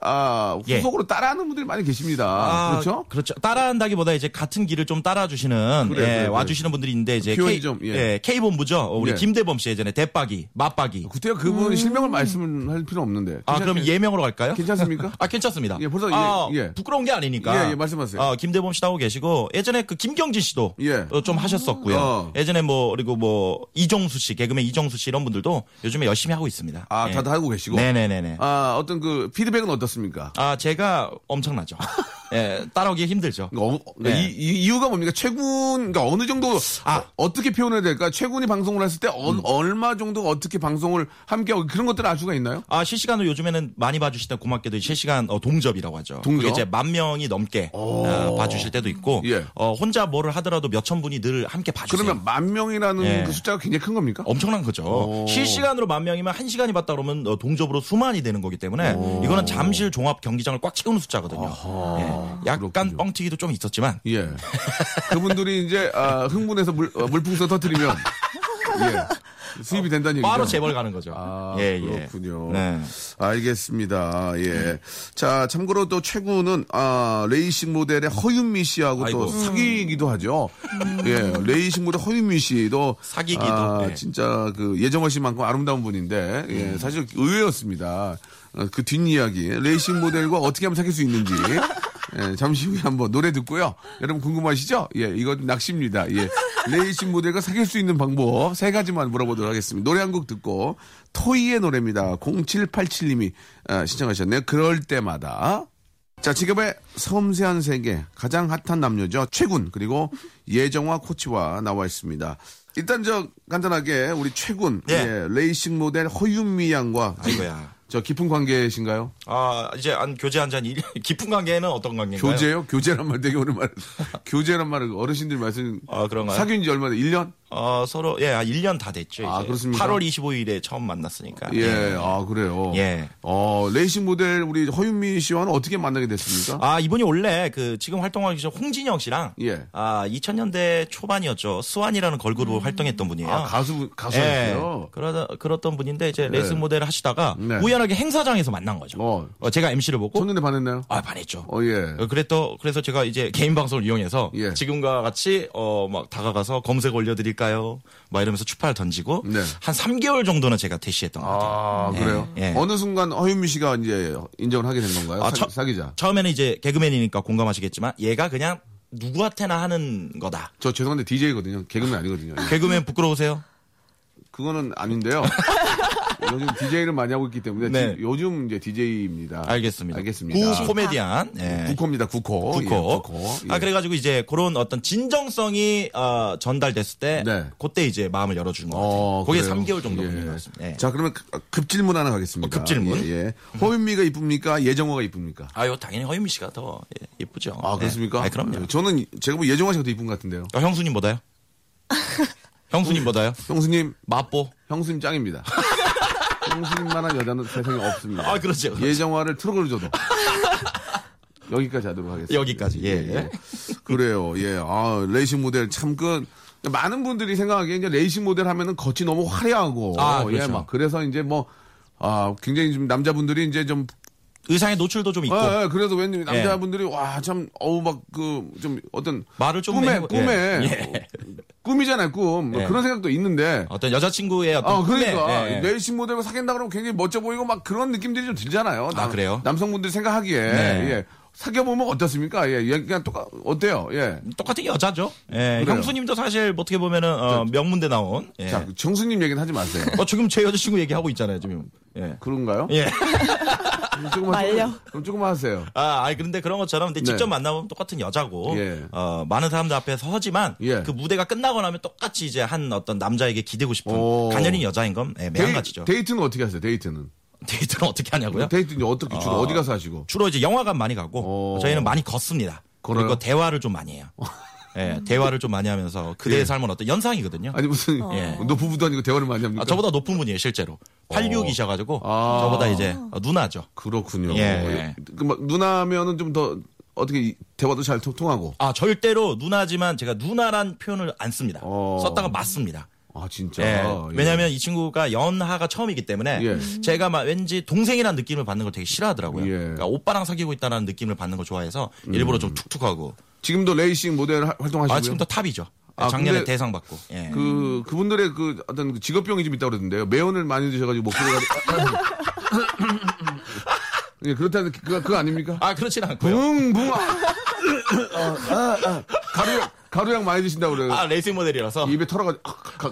Speaker 1: 아,
Speaker 2: 예.
Speaker 1: 후속으로 따라하는 분들이 많이 계십니다.
Speaker 2: 아,
Speaker 1: 그렇죠?
Speaker 2: 그렇죠. 따라한다기보다 이제 같은 길을 좀 따라주시는
Speaker 1: 그래,
Speaker 2: 예,
Speaker 1: 그래, 그래.
Speaker 2: 와주시는 분들이 있는데 이제
Speaker 1: 표현이
Speaker 2: K,
Speaker 1: 좀, 예.
Speaker 2: K 본부죠. 우리
Speaker 1: 예.
Speaker 2: 김대범 씨 예전에 대박이, 맞박이.
Speaker 1: 구태여 그분 실명을 말씀할 필요 없는데.
Speaker 2: 음. 아 그럼
Speaker 1: 괜찮-
Speaker 2: 예명으로 갈까요? (laughs)
Speaker 1: 괜찮습니까?
Speaker 2: 아 괜찮습니다.
Speaker 1: 예, 벌써
Speaker 2: 아,
Speaker 1: 예, 예.
Speaker 2: 부끄러운 게 아니니까.
Speaker 1: 예, 예, 말씀하세요.
Speaker 2: 아, 김대범 씨도 하고 계시고 예전에 그 김경진 씨도
Speaker 1: 예.
Speaker 2: 어, 좀 하셨었고요.
Speaker 1: 어.
Speaker 2: 예전에 뭐 그리고 뭐 이정수 씨 개그맨 이정수 씨 이런 분들도 요즘에 열심히 하고 있습니다.
Speaker 1: 아,
Speaker 2: 예.
Speaker 1: 다들 하고 계시고.
Speaker 2: 네네네네. 아,
Speaker 1: 아, 어떤 그 피드백은 어떻습니까?
Speaker 2: 제가 엄청나죠. (laughs) 예, 따라오기 힘들죠.
Speaker 1: 어, 그러니까
Speaker 2: 네.
Speaker 1: 이, 이- 이유가 뭡니까? 최군, 그러니까 어느 정도, 아, 어떻게 표현해야 될까? 최군이 방송을 했을 때,
Speaker 2: 음.
Speaker 1: 어- 얼마 정도 어떻게 방송을 함께하고 그런 것들 알 수가 있나요?
Speaker 2: 아 실시간으로 요즘에는 많이 봐주실 때 고맙게도 실시간 어, 동접이라고 하죠.
Speaker 1: 동접?
Speaker 2: 그게 이제 만 명이 넘게 어, 봐주실 때도 있고
Speaker 1: 예.
Speaker 2: 어, 혼자 뭐를 하더라도 몇천 분이 늘 함께 봐주세요.
Speaker 1: 그러면 만 명이라는
Speaker 2: 예. 어.
Speaker 1: 그 숫자가 굉장히 큰 겁니까?
Speaker 2: 엄청난 거죠. 실시간으로 만 명이면 한 시간이 봤다 그러면 어, 동접으로 수만이 되는 거기 때문에 이거는 잠실 종합 경기장을 꽉 채우는 숫자거든요. 예. 약간 뻥튀기도 좀 있었지만
Speaker 1: 예. 그분들이 이제 아, 흥분해서 물, 어, 물풍선 터뜨리면 예. 수입이 된다는 얘기죠.
Speaker 2: 어, 바로 재벌 가는 거죠.
Speaker 1: 아,
Speaker 2: 예, 예.
Speaker 1: 그렇군요.
Speaker 2: 네.
Speaker 1: 알겠습니다. 예. 자, 참고로 또 최군은 아, 레이싱 모델의 허윤미 씨하고 또
Speaker 2: 아이고.
Speaker 1: 사귀기도 하죠. 예. 레이싱 모델 허윤미 씨도
Speaker 2: 사귀기도,
Speaker 1: 아,
Speaker 2: 예. 음.
Speaker 1: 진짜 그 예정원 씨만큼 아름다운 분인데 예, 사실 의외였습니다. 어, 그 뒷이야기 레이싱 모델과 어떻게 하면 사귈 수 있는지 예, 잠시 후에 한번 노래 듣고요. 여러분 궁금하시죠? 예, 이거 낚시입니다. 예. 레이싱 모델과 사귈 수 있는 방법 세 가지만 물어보도록 하겠습니다. 노래 한 곡 듣고 토이의 노래입니다. 0787님이 아, 신청하셨네요. 그럴 때마다 자, 직업의 섬세한 세계, 가장 핫한 남녀죠. 최군, 그리고 예정화 코치와 나와 있습니다. 일단 저 간단하게 우리 최군,
Speaker 2: 예.
Speaker 1: 예, 레이싱 모델 허윤미 양과
Speaker 2: 아이고야.
Speaker 1: 저 깊은 관계이신가요?
Speaker 2: 아 이제 (laughs) 안 교제 한잔 깊은 관계는 어떤 관계인가요?
Speaker 1: (laughs) 교제요? 교제란 말 되게 오랜만에. 교제란 말을 어르신들 말씀.
Speaker 2: 아, 그런가요?
Speaker 1: 사귄 지 얼마나? 1년?
Speaker 2: 어, 서로 예, 아, 1년 다 됐죠.
Speaker 1: 아,
Speaker 2: 이제.
Speaker 1: 그렇습니까?
Speaker 2: 8월 25일에 처음 만났으니까.
Speaker 1: 예, 아 그래요.
Speaker 2: 예.
Speaker 1: 어 레이싱 모델 우리 허윤미 씨와는 어떻게 만나게 됐습니까?
Speaker 2: 아 이분이 원래 그 지금 활동하기 전 홍진영 씨랑
Speaker 1: 예.
Speaker 2: 아 2000년대 초반이었죠 스완이라는 걸그룹으로 활동했던 분이에요.
Speaker 1: 아, 가수 가수였어요.
Speaker 2: 예, 그러다 그랬던 분인데 이제 레이싱 모델을 하시다가
Speaker 1: 네.
Speaker 2: 우연하게 행사장에서 만난 거죠.
Speaker 1: 어.
Speaker 2: 어, 제가 MC를 보고
Speaker 1: 첫눈에 반했나요?
Speaker 2: 아 반했죠.
Speaker 1: 어 예.
Speaker 2: 어, 그랬더 그래서 제가 이제 개인 방송을 이용해서
Speaker 1: 예.
Speaker 2: 지금과 같이 어 막 다가가서 검색 올려드릴까요? 막 이러면서 추파를 던지고
Speaker 1: 네.
Speaker 2: 한 3개월 정도는 제가 대시했던 것 같아요.
Speaker 1: 아 그래요.
Speaker 2: 예.
Speaker 1: 어느 순간 허윤미 씨가 이제 인정을 하게 된 건가요?
Speaker 2: 아,
Speaker 1: 사,
Speaker 2: 첫-
Speaker 1: 사귀자.
Speaker 2: 처음에는 이제 개그맨이니까 공감하시겠지만 얘가 그냥 누구한테나 하는 거다.
Speaker 1: 저 죄송한데 DJ거든요. 개그맨 아니거든요.
Speaker 2: 개그맨 부끄러우세요?
Speaker 1: 그거는
Speaker 2: (laughs)
Speaker 1: 아닌데요. 요즘 DJ를 많이 하고 있기 때문에
Speaker 2: 네.
Speaker 1: 지- 요즘 이제 DJ입니다.
Speaker 2: 알겠습니다.
Speaker 1: 알겠습니다.
Speaker 2: 구 코미디안. 예.
Speaker 1: 구코입니다. 구코.
Speaker 2: 구코.
Speaker 1: 예, 구코. 예.
Speaker 2: 아 그래가지고 이제 그런 어떤 진정성이 어, 전달됐을 때
Speaker 1: 네.
Speaker 2: 그때 이제 마음을 열어주는 것 같아요.
Speaker 1: 어,
Speaker 2: 그게
Speaker 1: 그래요.
Speaker 2: 3개월 정도
Speaker 1: 예.
Speaker 2: 걸린 것 같습니다. 예.
Speaker 1: 자, 그러면 급- 급질문 하나 가겠습니다.
Speaker 2: 어, 급질문?
Speaker 1: 예, 예. 허윤미가 이쁩니까? 예정호가 이쁩니까?
Speaker 2: 아유 당연히 허윤미 씨가 더 예, 예쁘죠.
Speaker 1: 아, 그렇습니까?
Speaker 2: 아 그럼요.
Speaker 1: 저는 저는 뭐 예정호 씨가 더 이쁜 것 같은데요.
Speaker 2: 어, 형수님
Speaker 1: (laughs)
Speaker 2: 보다요? 형수님 보다요?
Speaker 1: 형수님,
Speaker 2: 맛보.
Speaker 1: 형수님 짱입니다. (laughs) 형수님만한 여자는 세상에 없습니다.
Speaker 2: 아, 그렇죠, 그렇죠.
Speaker 1: 예정화를 트럭을 줘도. (laughs) 여기까지 하도록 하겠습니다.
Speaker 2: 여기까지, 예.
Speaker 1: 그래요. 예. 아, 레이싱 모델 참 그. 많은 분들이 생각하기에 이제 레이싱 모델 하면은 겉이 너무 화려하고
Speaker 2: 아,
Speaker 1: 예,
Speaker 2: 그렇죠.
Speaker 1: 막 그래서 이제 뭐 아 굉장히 좀 남자분들이 이제 좀
Speaker 2: 의상에 노출도 좀 있고.
Speaker 1: 예, 예, 그래서 왠지 남자분들이 와 참 어우 막 그 좀 어떤
Speaker 2: 말을 좀
Speaker 1: 꿈에
Speaker 2: 해보-
Speaker 1: 꿈에
Speaker 2: 예. 예.
Speaker 1: 꿈이잖아요 꿈 뭐
Speaker 2: 예.
Speaker 1: 그런 생각도 있는데
Speaker 2: 어떤 여자친구의 어떤
Speaker 1: 아, 그러니까
Speaker 2: 꿈에, 예, 예.
Speaker 1: 레이싱 모델과 사귄다 그러면 굉장히 멋져 보이고 막 그런 느낌들이 좀 들잖아요. 남,
Speaker 2: 그래요?
Speaker 1: 남성분들이 생각하기에
Speaker 2: 네.
Speaker 1: 예. 사귀어 보면 어떻습니까? 예, 예, 그냥 똑같 어때요? 예.
Speaker 2: 똑같은 게 여자죠. 예,
Speaker 1: 그래요.
Speaker 2: 형수님도 사실 뭐 어떻게 보면은 어, 명문대 나온. 예.
Speaker 1: 자, 정수님 얘기는 하지 마세요.
Speaker 2: 어, 지금 제 여자친구 얘기하고 있잖아요, 지금. 예.
Speaker 1: 그런가요?
Speaker 2: 예.
Speaker 1: 그럼 조금만
Speaker 3: 말려.
Speaker 1: 조금- 그럼 조금만 하세요.
Speaker 2: 아, 아니, 근데 그런 것처럼 근데
Speaker 1: 네.
Speaker 2: 직접 만나보면 똑같은 여자고,
Speaker 1: 예.
Speaker 2: 어, 많은 사람들 앞에 서지만,
Speaker 1: 예.
Speaker 2: 그 무대가 끝나고 나면 똑같이 이제 한 어떤 남자에게 기대고 싶은,
Speaker 1: 오.
Speaker 2: 가녀린 여자인 건 예, 매한가지죠.
Speaker 1: 데이, 트는 어떻게 하세요? 데이트는?
Speaker 2: (laughs) 데이트는 어떻게 하냐고요?
Speaker 1: 데이트 이제 어떻게 주로
Speaker 2: 어.
Speaker 1: 어디 가서 하시고?
Speaker 2: 주로 이제 영화관 많이 가고
Speaker 1: 오.
Speaker 2: 저희는 많이 걷습니다.
Speaker 1: 걸어요?
Speaker 2: 그리고 대화를 좀 많이 해요. 예, 대화를 좀 많이 하면서 그대의 삶은 어떤 연상이거든요.
Speaker 1: 예. 아니 무슨
Speaker 3: 어.
Speaker 2: 예.
Speaker 1: 너 부부도 아니고 대화를 많이 합니까?
Speaker 2: 아, 저보다 높은 분이에요, 실제로. 86이셔가지고
Speaker 1: 아.
Speaker 2: 저보다 이제 어, 누나죠.
Speaker 1: 그렇군요.
Speaker 2: 예.
Speaker 1: 그막 누나면은 좀 더 어떻게 이- 대화도 잘 통- 통하고.
Speaker 2: 아 절대로 누나지만 제가 누나란 표현을 안 씁니다.
Speaker 1: 어.
Speaker 2: 썼다가 맞습니다.
Speaker 1: 아 진짜.
Speaker 2: 예.
Speaker 1: 예.
Speaker 2: 왜냐하면 이 친구가 연하가 처음이기 때문에
Speaker 1: 예.
Speaker 2: 제가 막 왠지 동생이라는 느낌을 받는 걸 되게 싫어하더라고요.
Speaker 1: 예.
Speaker 2: 그러니까 오빠랑 사귀고 있다는 느낌을 받는 걸 좋아해서 일부러 좀 툭툭하고.
Speaker 1: 지금도 레이싱 모델 하- 활동하시고요.
Speaker 2: 아 지금도 탑이죠.
Speaker 1: 아,
Speaker 2: 작년에
Speaker 1: 근데
Speaker 2: 대상 받고. 예.
Speaker 1: 그 그분들의 그 어떤 그 직업병이 좀 있다고 그러던데요. 매운을 많이 드셔가지고 목소리가
Speaker 2: (laughs)
Speaker 1: 예, 그렇다는 그- 그거, 그거 아닙니까?
Speaker 2: 아 그렇진 않고요.
Speaker 1: 붕붕 아, 아, 아, 아. 가루약 가루약 많이 드신다고 그래요.
Speaker 2: 아 레이싱 모델이라서
Speaker 1: 입에 털어가지고 아, 가-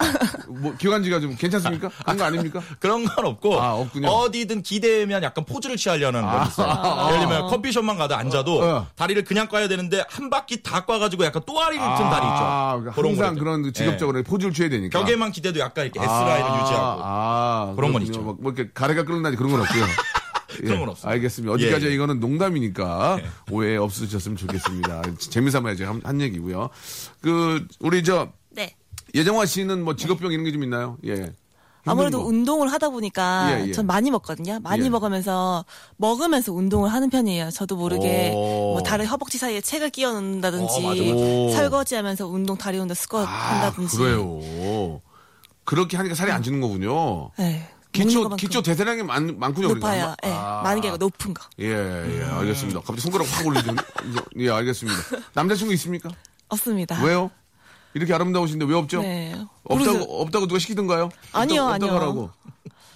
Speaker 1: 뭐 기관지가 좀 괜찮습니까? 그런 거 아닙니까?
Speaker 2: 그런 건 없고
Speaker 1: 아, 없군요. 아.
Speaker 2: 어디든 기대면 약간 포즈를 취하려는 거 있어요. 예를 들면 커피숍만 가도 앉아도
Speaker 1: 어.
Speaker 2: 다리를 그냥 꽈야 되는데 한 바퀴 다 꽈가지고 약간 또아리 같은 다리 있죠. 예.
Speaker 1: 아, 항상
Speaker 2: 거를.
Speaker 1: 그런 직업적으로 포즈를 취해야 되니까.
Speaker 2: 벽에만 기대도 약간 이렇게 S 라인을 유지하고
Speaker 1: 아,
Speaker 2: 그런 건
Speaker 1: 그렇군요.
Speaker 2: 있죠.
Speaker 1: 막, 뭐 이렇게 가래가 끓는다지 그런 건 없고요.
Speaker 2: (laughs) 그런
Speaker 1: 예,
Speaker 2: 건 없습니다.
Speaker 1: 알겠습니다. 어디까지
Speaker 2: 예, 예.
Speaker 1: 이거는 농담이니까 오해 없으셨으면 좋겠습니다. (laughs) 재미삼아 이제 한, 한 얘기고요. 그 우리 저
Speaker 3: 네.
Speaker 1: 예정화 씨는 뭐 직업병 이런 게 좀 있나요? 예. 힘든
Speaker 3: 아무래도
Speaker 1: 거.
Speaker 3: 운동을 하다 보니까
Speaker 1: 예, 예.
Speaker 3: 전 많이 먹거든요. 많이
Speaker 1: 예.
Speaker 3: 먹으면서 먹으면서 운동을 하는 편이에요. 저도 모르게
Speaker 1: 오.
Speaker 3: 뭐 다른 허벅지 사이에 책을 끼워
Speaker 1: 어, 맞아. 오.
Speaker 3: 넣는다든지 설거지하면서 운동 다리 운동 스쿼트
Speaker 1: 아,
Speaker 3: 한다든지.
Speaker 1: 그래요. 그렇게 하니까 살이 안 찌는 거군요.
Speaker 3: 네. 먹는
Speaker 1: 기초
Speaker 3: 것만큼
Speaker 1: 기초 대사량이 많, 많군요. 그러니까.
Speaker 3: 높아요. 예.
Speaker 1: 아.
Speaker 3: 많은 게 아니고 높은 거.
Speaker 1: 예, 예, 알겠습니다. 갑자기 손가락 확
Speaker 3: (laughs)
Speaker 1: 올리더니. 예, 알겠습니다. 남자친구 있습니까?
Speaker 3: 없습니다.
Speaker 1: 왜요? 이렇게 아름다우신데 왜 없죠?
Speaker 3: 네.
Speaker 1: 없다고
Speaker 3: 모르죠.
Speaker 1: 없다고 누가 시키던가요?
Speaker 3: 아니요,
Speaker 1: 없다고,
Speaker 3: 아니요.
Speaker 1: 없다고 하라고.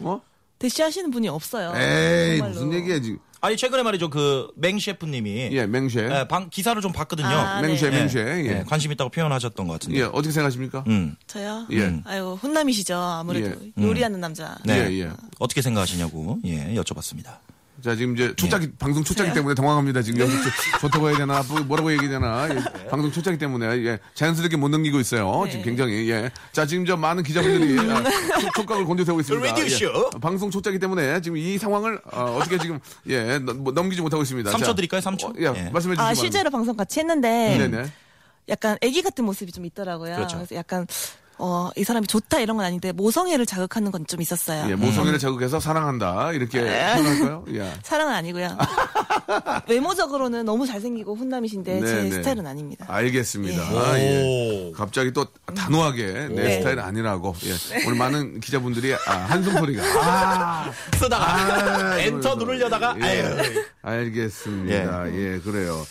Speaker 1: 어?
Speaker 3: 대시하시는 분이 없어요.
Speaker 1: 에이
Speaker 3: 정말로.
Speaker 1: 무슨 얘기야 지금?
Speaker 2: 아니 최근에 말이죠 그 맹 셰프님이
Speaker 1: 예, 맹쉐,
Speaker 2: 예, 방- 기사를 좀 봤거든요.
Speaker 3: 아, 네.
Speaker 1: 맹쉐,
Speaker 2: 예,
Speaker 1: 맹쉐. 예.
Speaker 2: 예, 관심 있다고 표현하셨던 것 같은데.
Speaker 1: 예, 어떻게 생각하십니까?
Speaker 2: 음.
Speaker 3: 저요?
Speaker 1: 예.
Speaker 3: 아이고 혼남이시죠. 아무래도
Speaker 1: 예.
Speaker 3: 요리하는 남자.
Speaker 2: 네.
Speaker 1: 예, 예.
Speaker 2: 어떻게 생각하시냐고 예, 여쭤봤습니다.
Speaker 1: 자 지금 이제 초짜기 방송 초짜기 때문에 당황합니다. 지금 여기 좋- 좋다고 해야 되나 뭐- 뭐라고 얘기해야 되나 예, 방송 초짜기 때문에 예, 자연스럽게 못 넘기고 있어요. 지금 굉장히 예. 자 지금 저 많은 기자분들이 아, 촉- 촉각을 곤두세우고 있습니다. 예.
Speaker 2: 라디오 쇼.
Speaker 1: 방송 초짜기 때문에 지금 이 상황을 어, 떻게 지금 예 넘- 뭐 넘기지 못하고 있습니다.
Speaker 2: 삼초
Speaker 1: 자,
Speaker 2: 드릴까요, 삼초?
Speaker 1: 어, 예,
Speaker 2: 예.
Speaker 1: 말씀해 주시면
Speaker 3: 아 실제로 방송 같이 했는데
Speaker 1: 음. 네네.
Speaker 3: 약간 아기 같은 모습이 좀 있더라고요.
Speaker 2: 그렇죠.
Speaker 3: 래서 약간 어, 이 사람이 좋다 이런 건 아닌데 모성애를 자극하는 건 좀 있었어요.
Speaker 1: 예, 모성애를 자극해서 사랑한다 이렇게 표현할까요? 예. (laughs)
Speaker 3: 사랑은 아니고요. 외모적으로는 너무 잘생기고 훈남이신데 제
Speaker 1: 네, 네.
Speaker 3: 스타일은 아닙니다.
Speaker 1: 알겠습니다.
Speaker 2: 오.
Speaker 1: 아, 예. 갑자기 또 단호하게 내
Speaker 3: 네.
Speaker 1: 스타일 아니라고. 예. 오늘 많은 기자분들이 아, 한숨 소리가.
Speaker 2: (laughs) 쓰다가
Speaker 1: 아, 그러면서.
Speaker 2: 엔터 누르려다가
Speaker 1: 예.
Speaker 2: 아유. 네.
Speaker 1: 알겠습니다. 예. 그래요.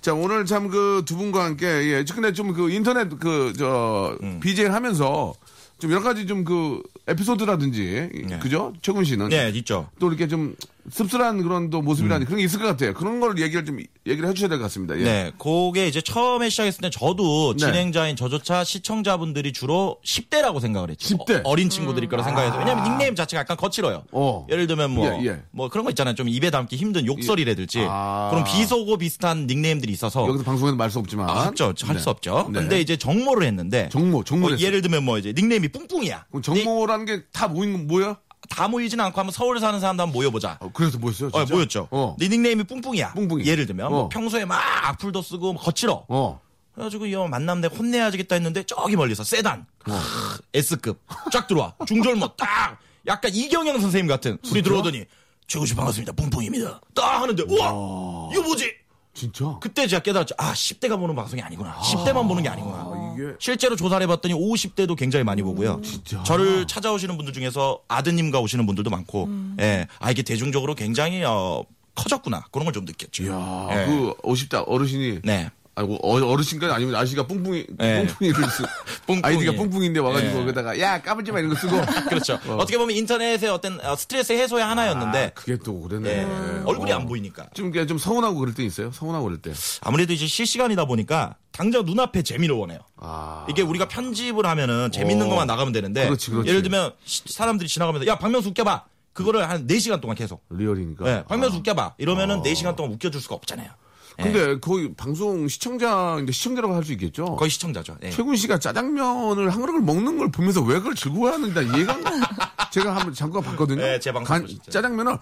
Speaker 1: 자, 오늘 참 그 두 분과 함께, 예, 근데 좀 그 인터넷 그, 저,
Speaker 2: 음.
Speaker 1: BJ 하면서 좀 여러 가지 좀 그 에피소드라든지,
Speaker 2: 네.
Speaker 1: 그죠? 최군 씨는.
Speaker 2: 네 있죠.
Speaker 1: 또 이렇게 좀 씁쓸한 그런 또 모습이라는 그런 게 있을 것 같아요. 그런 걸 얘기를 좀, 얘기를 해주셔야 될 것 같습니다. 예.
Speaker 2: 네, 그게 이제 처음에 시작했을 때 저도
Speaker 1: 네.
Speaker 2: 진행자인 저조차 시청자분들이 주로 10대라고 생각을 했죠.
Speaker 1: 10대. 아.
Speaker 2: 어, 린 친구들일 거라 생각해서. 왜냐면 닉네임 자체가 약간 거칠어요.
Speaker 1: 어.
Speaker 2: 예를 들면 뭐,
Speaker 1: 예, 예.
Speaker 2: 뭐 그런 거 있잖아요. 좀 입에 담기 힘든 욕설이라든지.
Speaker 1: 예. 아.
Speaker 2: 그런 비속어 비슷한 닉네임들이 있어서.
Speaker 1: 여기서 방송에서 말 수 없지만.
Speaker 2: 아, 없죠. 할 수
Speaker 1: 네.
Speaker 2: 없죠.
Speaker 1: 네.
Speaker 2: 근데 이제 정모를 했는데.
Speaker 1: 정모, 정모를
Speaker 2: 어, 예를 들면 뭐 이제 닉네임이 뿡뿡이야.
Speaker 1: 그럼 정모라는 게 다 모인 건 뭐야?
Speaker 2: 다 모이진 않고 한번 서울에 사는 사람도 한번 모여보자.
Speaker 1: 어, 그래서 뭐였어요?
Speaker 2: 어,
Speaker 1: 진짜?
Speaker 2: 모였죠.
Speaker 1: 어.
Speaker 2: 네 닉네임이 뿡뿡이야.
Speaker 1: 뿡뿡이.
Speaker 2: 예를 들면
Speaker 1: 어.
Speaker 2: 뭐 평소에 막 악플도 쓰고 뭐 거칠어.
Speaker 1: 어.
Speaker 2: 그래가지고 이 형 만남대 혼내야겠다 했는데 저기 멀리서 세단
Speaker 1: 어.
Speaker 2: 크, S급 쫙 들어와 중절모 딱 약간 이경영 선생님 같은 우리 들어오더니 최고씨 반갑습니다 뿡뿡입니다 딱 하는데
Speaker 1: 어.
Speaker 2: 우와 이거 뭐지
Speaker 1: 진짜?
Speaker 2: 그때 제가 깨달았죠 아 10대가 보는 방송이 아니구나 10대만 보는 게 아니구나 실제로 조사를 해봤더니 50대도 굉장히 많이
Speaker 1: 음,
Speaker 2: 보고요 저를 찾아오시는 분들 중에서 아드님과 오시는 분들도 많고 예, 아 이게 대중적으로 굉장히 어, 커졌구나 그런 걸 좀 느꼈죠
Speaker 1: 이야,
Speaker 2: 예.
Speaker 1: 그 50대 어르신이.
Speaker 2: 네.
Speaker 1: 아이고, 어- 어르신까지 아니면 아저씨가 뿡뿡이,
Speaker 2: 예.
Speaker 1: 뿡뿡이를 쓰,
Speaker 2: (laughs) 뿡뿡이.
Speaker 1: 아이디가 뿡뿡인데 와가지고
Speaker 2: 예.
Speaker 1: 거기다가 야, 까불지 마 이런
Speaker 2: (laughs)
Speaker 1: 거 쓰고. (laughs)
Speaker 2: 그렇죠. 어. 떻게 보면 인터넷의 어떤 어, 스트레스 해소의 하나였는데
Speaker 1: 아, 그게 또 그러네.
Speaker 2: 예. 얼굴이
Speaker 1: 어.
Speaker 2: 안 보이니까
Speaker 1: 좀, 그냥 좀 서운하고 그럴 때 있어요? 서운하고 그럴 때.
Speaker 2: 아무래도 이제 실시간이다 보니까 당장 눈앞에 재미를 원해요.
Speaker 1: 아.
Speaker 2: 이게 우리가 편집을 하면은 재밌는
Speaker 1: 어.
Speaker 2: 것만 나가면 되는데
Speaker 1: 그렇지, 그렇지.
Speaker 2: 예를 들면 시- 사람들이 지나가면서 야 박명수 웃겨봐 그거를 한 4시간 동안 계속
Speaker 1: 리얼이니까.
Speaker 2: 예, 박명수 웃겨봐
Speaker 1: 어.
Speaker 2: 이러면은 4시간 동안 웃겨줄 수가 없잖아요.
Speaker 1: 아.
Speaker 2: 네.
Speaker 1: 근데 거의 방송 시청자인데 시청자라고 할 수 있겠죠?
Speaker 2: 거의 시청자죠. 예.
Speaker 1: 최군 씨가 짜장면을 한 그릇을 먹는 걸 보면서 왜 그걸 즐거워하는지 나 이해가 안
Speaker 2: (laughs)
Speaker 1: 가. 제가 한번 잠깐 봤거든요.
Speaker 2: 네, 제 방송 보셨죠.
Speaker 1: 짜장면을 아,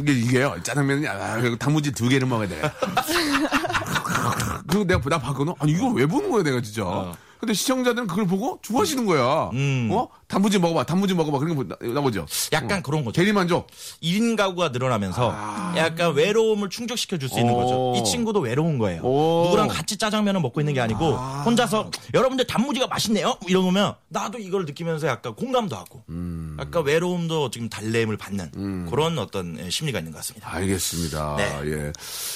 Speaker 1: 이게 이게요. 짜장면이 아, 이거 단무지 두 개를 먹어야 돼. 그리고 내가 나 봤거든. 아니 이거 왜 보는 거야 내가 진짜.
Speaker 2: 어.
Speaker 1: 근데 시청자들은 그걸 보고 좋아하시는 거야. 어? 단무지 먹어봐, 단무지 먹어봐. 그런 거 나- 나보죠.
Speaker 2: 음. 약간
Speaker 1: 어.
Speaker 2: 그런 거죠.
Speaker 1: 대리 만족.
Speaker 2: 1인 가구가 늘어나면서 약간 외로움을 충족시켜 줄 수 있는
Speaker 1: 아. 오.
Speaker 2: 거죠. 이 친구도 외로운 거예요.
Speaker 1: 오.
Speaker 2: 누구랑 같이 짜장면을 먹고 있는 게 아니고 혼자서 여러분들 단무지가 맛있네요. 이러면 나도 이걸 느끼면서 약간 공감도 하고
Speaker 1: 음.
Speaker 2: 약간 외로움도 지금 달래임을 받는 그런 어떤 예, 심리가 있는 것 같습니다.
Speaker 1: 알겠습니다.
Speaker 2: 네.
Speaker 1: 예.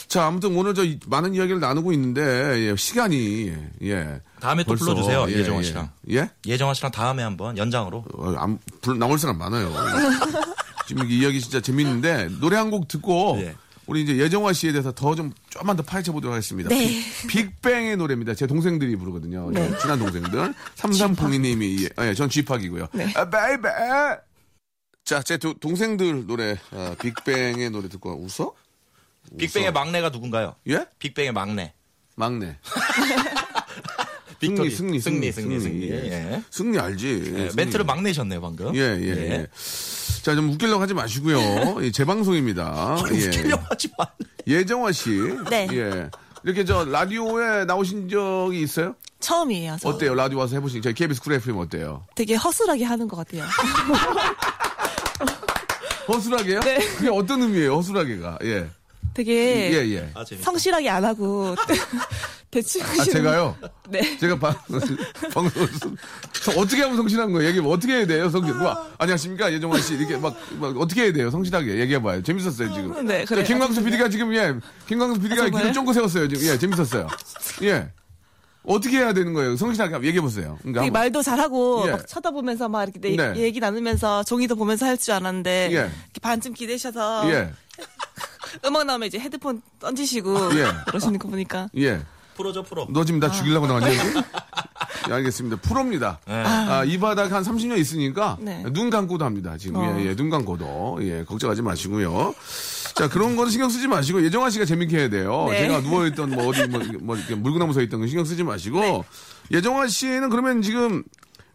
Speaker 1: 자, 아무튼 오늘 저 이- 많은 이야기를 나누고 있는데 예, 시간이 예.
Speaker 2: 다음에 또 불러주세요, 예정원
Speaker 1: 예.
Speaker 2: 씨랑.
Speaker 1: 예?
Speaker 2: 예정아 씨랑 다음에 한번 연장으로
Speaker 1: 어, 안, 불, 나올 사람 많아요. (laughs) 지금 이 이야기 진짜 재밌는데 노래 한 곡 듣고
Speaker 2: 예.
Speaker 1: 우리 이제 예정화 씨에 대해서 더 좀 좀만 더 파헤쳐 보도록 하겠습니다.
Speaker 3: 네.
Speaker 1: 빅- 빅뱅의 노래입니다. 제 동생들이 부르거든요.
Speaker 3: 네.
Speaker 1: 예, 친한
Speaker 3: (laughs)
Speaker 1: 동생들. 삼삼풍이님이 예, 예, 전 쥐팍이고요.
Speaker 3: 네.
Speaker 1: 아, 베이베. 자, 제 두- 동생들 노래 아, 빅뱅의 노래 듣고 웃어?
Speaker 2: 빅뱅의 막내가 누군가요?
Speaker 1: 예?
Speaker 2: 빅뱅의 막내
Speaker 1: 막내. 승리,
Speaker 2: 빅토리.
Speaker 1: 승리, 승리,
Speaker 2: 승리 승리 승리.
Speaker 1: 승리.
Speaker 2: 예.
Speaker 1: 승리 알지?
Speaker 2: 예,
Speaker 1: 승리.
Speaker 2: 멘트를 막내셨네요 방금.
Speaker 1: 예, 예,
Speaker 2: 예.
Speaker 1: 예. 자, 좀 웃기려고 하지 마시고요. 예, 제
Speaker 2: (laughs)
Speaker 1: 방송입니다. 예.
Speaker 2: 웃기려고 하지 마.
Speaker 1: 예정화 씨.
Speaker 3: 네.
Speaker 1: 예. 이렇게 저 라디오에 나오신 적이 있어요?
Speaker 3: 처음이에요. 저. 네.
Speaker 1: 어때요? 라디오 와서 해보신 저희 KBS 쿨 FM 어때요?
Speaker 3: 되게 허술하게 하는 것 같아요.
Speaker 1: 허술하게요?
Speaker 3: 네.
Speaker 1: 그게 어떤 의미예요? 허술하게가. 예.
Speaker 3: 되게
Speaker 1: 예, 예.
Speaker 2: 아, 재밌다.
Speaker 3: 성실하게 안 하고 (laughs) 대충
Speaker 1: 아, 제가요?
Speaker 3: 네.
Speaker 1: 제가 방, 방송, 저 어떻게 하면 성실한 거예요? 얘기 뭐 어떻게 해야 돼요? 성실. 와, 안녕하십니까? 예정화 씨. 이렇게 막, 막 어떻게 해야 돼요? 성실하게 얘기해봐요. 재밌었어요, 지금.
Speaker 3: 네, 그래요. 아,
Speaker 1: 자, 김광수 PD가 지금, 예. 김광수 PD가
Speaker 3: 정말요?
Speaker 1: 귀를 쫑긋 세웠어요, 지금. 예,
Speaker 3: (laughs)
Speaker 1: 재밌었어요. 예. 어떻게 해야 되는 거예요? 성실하게 얘기해보세요. 그러니까
Speaker 3: 되게
Speaker 1: 한번.
Speaker 3: 말도 잘하고
Speaker 1: 예.
Speaker 3: 막 쳐다보면서 막 이렇게 내-
Speaker 1: 네.
Speaker 3: 얘기 나누면서 종이도 보면서 할 줄 알았는데
Speaker 1: 예.
Speaker 3: 이렇게 반쯤 기대셔서
Speaker 1: 예.
Speaker 3: 음악 나오면 이제 헤드폰 던지시고
Speaker 1: 예.
Speaker 3: 그러시는 거 보니까
Speaker 1: 예.
Speaker 2: 프로죠 프로.
Speaker 1: 너 지금 나
Speaker 3: 아.
Speaker 1: 죽이려고 나왔니?
Speaker 3: (laughs)
Speaker 1: 예, 알겠습니다. 프로입니다. 아, 이 바닥 한 30년 있으니까
Speaker 3: 네. 어.
Speaker 1: 눈 감고도 합니다. 지금 예, 예, 눈 감고도 예, 걱정하지 마시고요. 자 그런 거는 신경 쓰지 마시고 예정아 씨가 재밌게 해야 돼요.
Speaker 3: 네.
Speaker 1: 제가 누워 있던 뭐 어디 뭐, 뭐 이렇게 물구나무 서 있던 거 신경 쓰지 마시고
Speaker 3: 네.
Speaker 1: 예정아 씨는 그러면 지금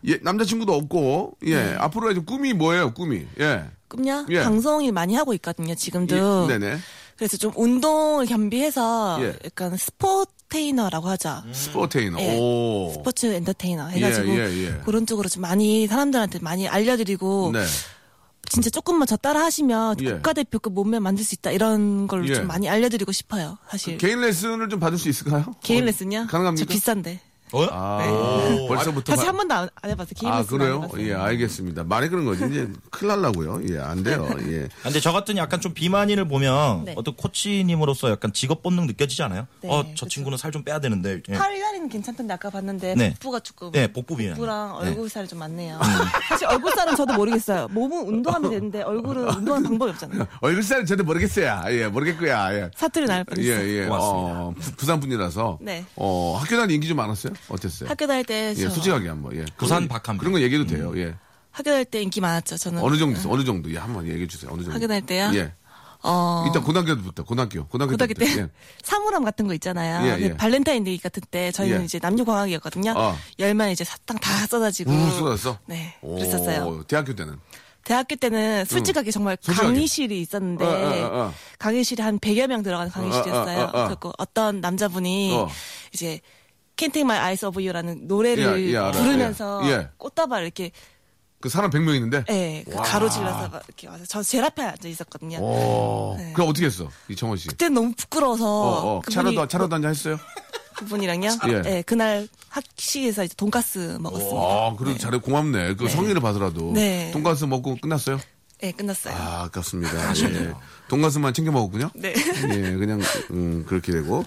Speaker 1: 예, 남자친구도 없고 예
Speaker 3: 네.
Speaker 1: 앞으로 이제 꿈이 뭐예요? 꿈이 예.
Speaker 3: 꿈냐
Speaker 1: 예.
Speaker 3: 방송을 많이 하고 있거든요
Speaker 1: 예,
Speaker 3: 지금도
Speaker 1: 네네.
Speaker 3: 그래서 좀 운동을 겸비해서
Speaker 1: 예.
Speaker 3: 약간 스포츠 스포테이너라고 하죠.
Speaker 1: 스포테이너.
Speaker 3: 예.
Speaker 1: 오.
Speaker 3: 스포츠 엔터테이너 해가지고
Speaker 1: 예, 예, 예.
Speaker 3: 그런 쪽으로 좀 많이 사람들한테 많이 알려드리고
Speaker 1: 네.
Speaker 3: 진짜 조금만 저 따라 하시면
Speaker 1: 예.
Speaker 3: 국가대표급 그 몸매 만들 수 있다 이런 걸로
Speaker 1: 예.
Speaker 3: 좀 많이 알려드리고 싶어요 사실
Speaker 1: 개인 레슨을 좀 받을 수 있을까요?
Speaker 3: 네. 개인 레슨요?
Speaker 1: 가능합니까?
Speaker 3: 저 비싼데
Speaker 2: 어?
Speaker 1: 아,
Speaker 2: 오.
Speaker 1: 벌써부터.
Speaker 3: 사실
Speaker 1: 바-
Speaker 3: 네. 한 번도 안, 안 해봤어요 개인
Speaker 1: 아,
Speaker 3: 레슨 안
Speaker 1: 그래요?
Speaker 3: 해봤어요.
Speaker 1: 예, 알겠습니다. 말이 그런 거지. 이제 큰일 날라고요. 예, 안 돼요. 예. (laughs)
Speaker 2: 아, 근데 저 같은 약간 좀 비만인을 보면
Speaker 3: 네.
Speaker 2: 어떤 코치님으로서 약간 직업 본능 느껴지지 않아요?
Speaker 3: 네,
Speaker 2: 어, 저
Speaker 3: 그쵸.
Speaker 2: 친구는 살 좀 빼야 되는데. 예.
Speaker 3: 팔 다리는 괜찮던데 아까 봤는데
Speaker 2: 네.
Speaker 3: 복부가 조금
Speaker 2: 네, 복부 비면.
Speaker 3: 랑
Speaker 2: 네.
Speaker 3: 얼굴 살이 좀 많네요 사실 얼굴 살은 저도 모르겠어요 몸은 운동하면 되는데 얼굴은 운동하는 방법이 없잖아요
Speaker 1: 얼굴 살은 저도 모르겠어요. 예, 모르겠고요. 예.
Speaker 3: 사투리 나올
Speaker 1: 예,
Speaker 3: 뻔했어요
Speaker 1: 예.
Speaker 2: 고맙습니다.
Speaker 1: 어, 부- 부산 분이라서.
Speaker 3: 네.
Speaker 1: 어, 학교 다닐 인기 좀 많았어요? 어땠어요?
Speaker 3: 학교 다닐 때
Speaker 1: 예,
Speaker 3: 저-
Speaker 1: 솔직하게 한번. 예. 그런-
Speaker 2: 부산 박한별.
Speaker 1: 그런 거 얘기해도 돼요. 예.
Speaker 3: 학교 다닐 때 인기 많았죠 저는
Speaker 1: 어느 정도, 있어요? 어느 정도. 예, 한번 얘기해 주세요. 어느 정도.
Speaker 3: 음. 학교 다닐 때요?
Speaker 1: 예.
Speaker 3: 어,
Speaker 1: 일단 고등학교부터, 고등학교. 고등학교,
Speaker 3: 고등학교 때
Speaker 1: 때부터. 예.
Speaker 3: (laughs) 사물함 같은 거 있잖아요.
Speaker 1: 예, 예.
Speaker 3: 그 발렌타인데이 같은 때 저희는
Speaker 1: 예.
Speaker 3: 이제 남녀공학이었거든요.
Speaker 1: 어.
Speaker 3: 열만 이제 사탕 다 쏟아지고.
Speaker 1: 우르르 음, 쏟았어?
Speaker 3: 네,
Speaker 1: 오,
Speaker 3: 그랬었어요.
Speaker 1: 대학교 때는?
Speaker 3: 대학교 때는 솔직하게 정말
Speaker 1: 음. 솔직하게.
Speaker 3: 강의실이 있었는데
Speaker 1: 어, 어, 어, 어.
Speaker 3: 강의실이 한 100여 명 들어가는 강의실이었어요.
Speaker 1: 어, 어, 어, 어, 어.
Speaker 3: 그리고 어떤 남자분이
Speaker 1: 어.
Speaker 3: 이제 Can't Take My Eyes Off You라는 노래를
Speaker 1: 예, 예, 알아요.
Speaker 3: 부르면서
Speaker 1: 예, 예.
Speaker 3: 꽃다발 이렇게
Speaker 1: 그 사람 100명 있는데?
Speaker 3: 예, 그 가로질러서 막 이렇게 와서 저 제일 앞에 앉아 있었거든요.
Speaker 1: 어. 오.
Speaker 3: 네.
Speaker 1: 그럼 어떻게 했어? 이청원 씨.
Speaker 3: 그때 너무 부끄러워서
Speaker 1: 어, 어.
Speaker 3: 그분이
Speaker 1: 차라도, 차라도 한잔 했어요?
Speaker 3: 그분이랑요.
Speaker 1: 예.
Speaker 3: 예. 그날 학식에서 이제 돈가스 먹었습니다.
Speaker 1: 아, 그래도 잘해 고맙네. 그 성의를 받으라도.
Speaker 3: 네.
Speaker 1: 돈가스 먹고 끝났어요?
Speaker 3: 예, 끝났어요.
Speaker 1: 아, 아깝습니다. 예. 돈가스만 챙겨 먹었군요.
Speaker 3: 네.
Speaker 1: 예, 그냥 음, 그렇게 되고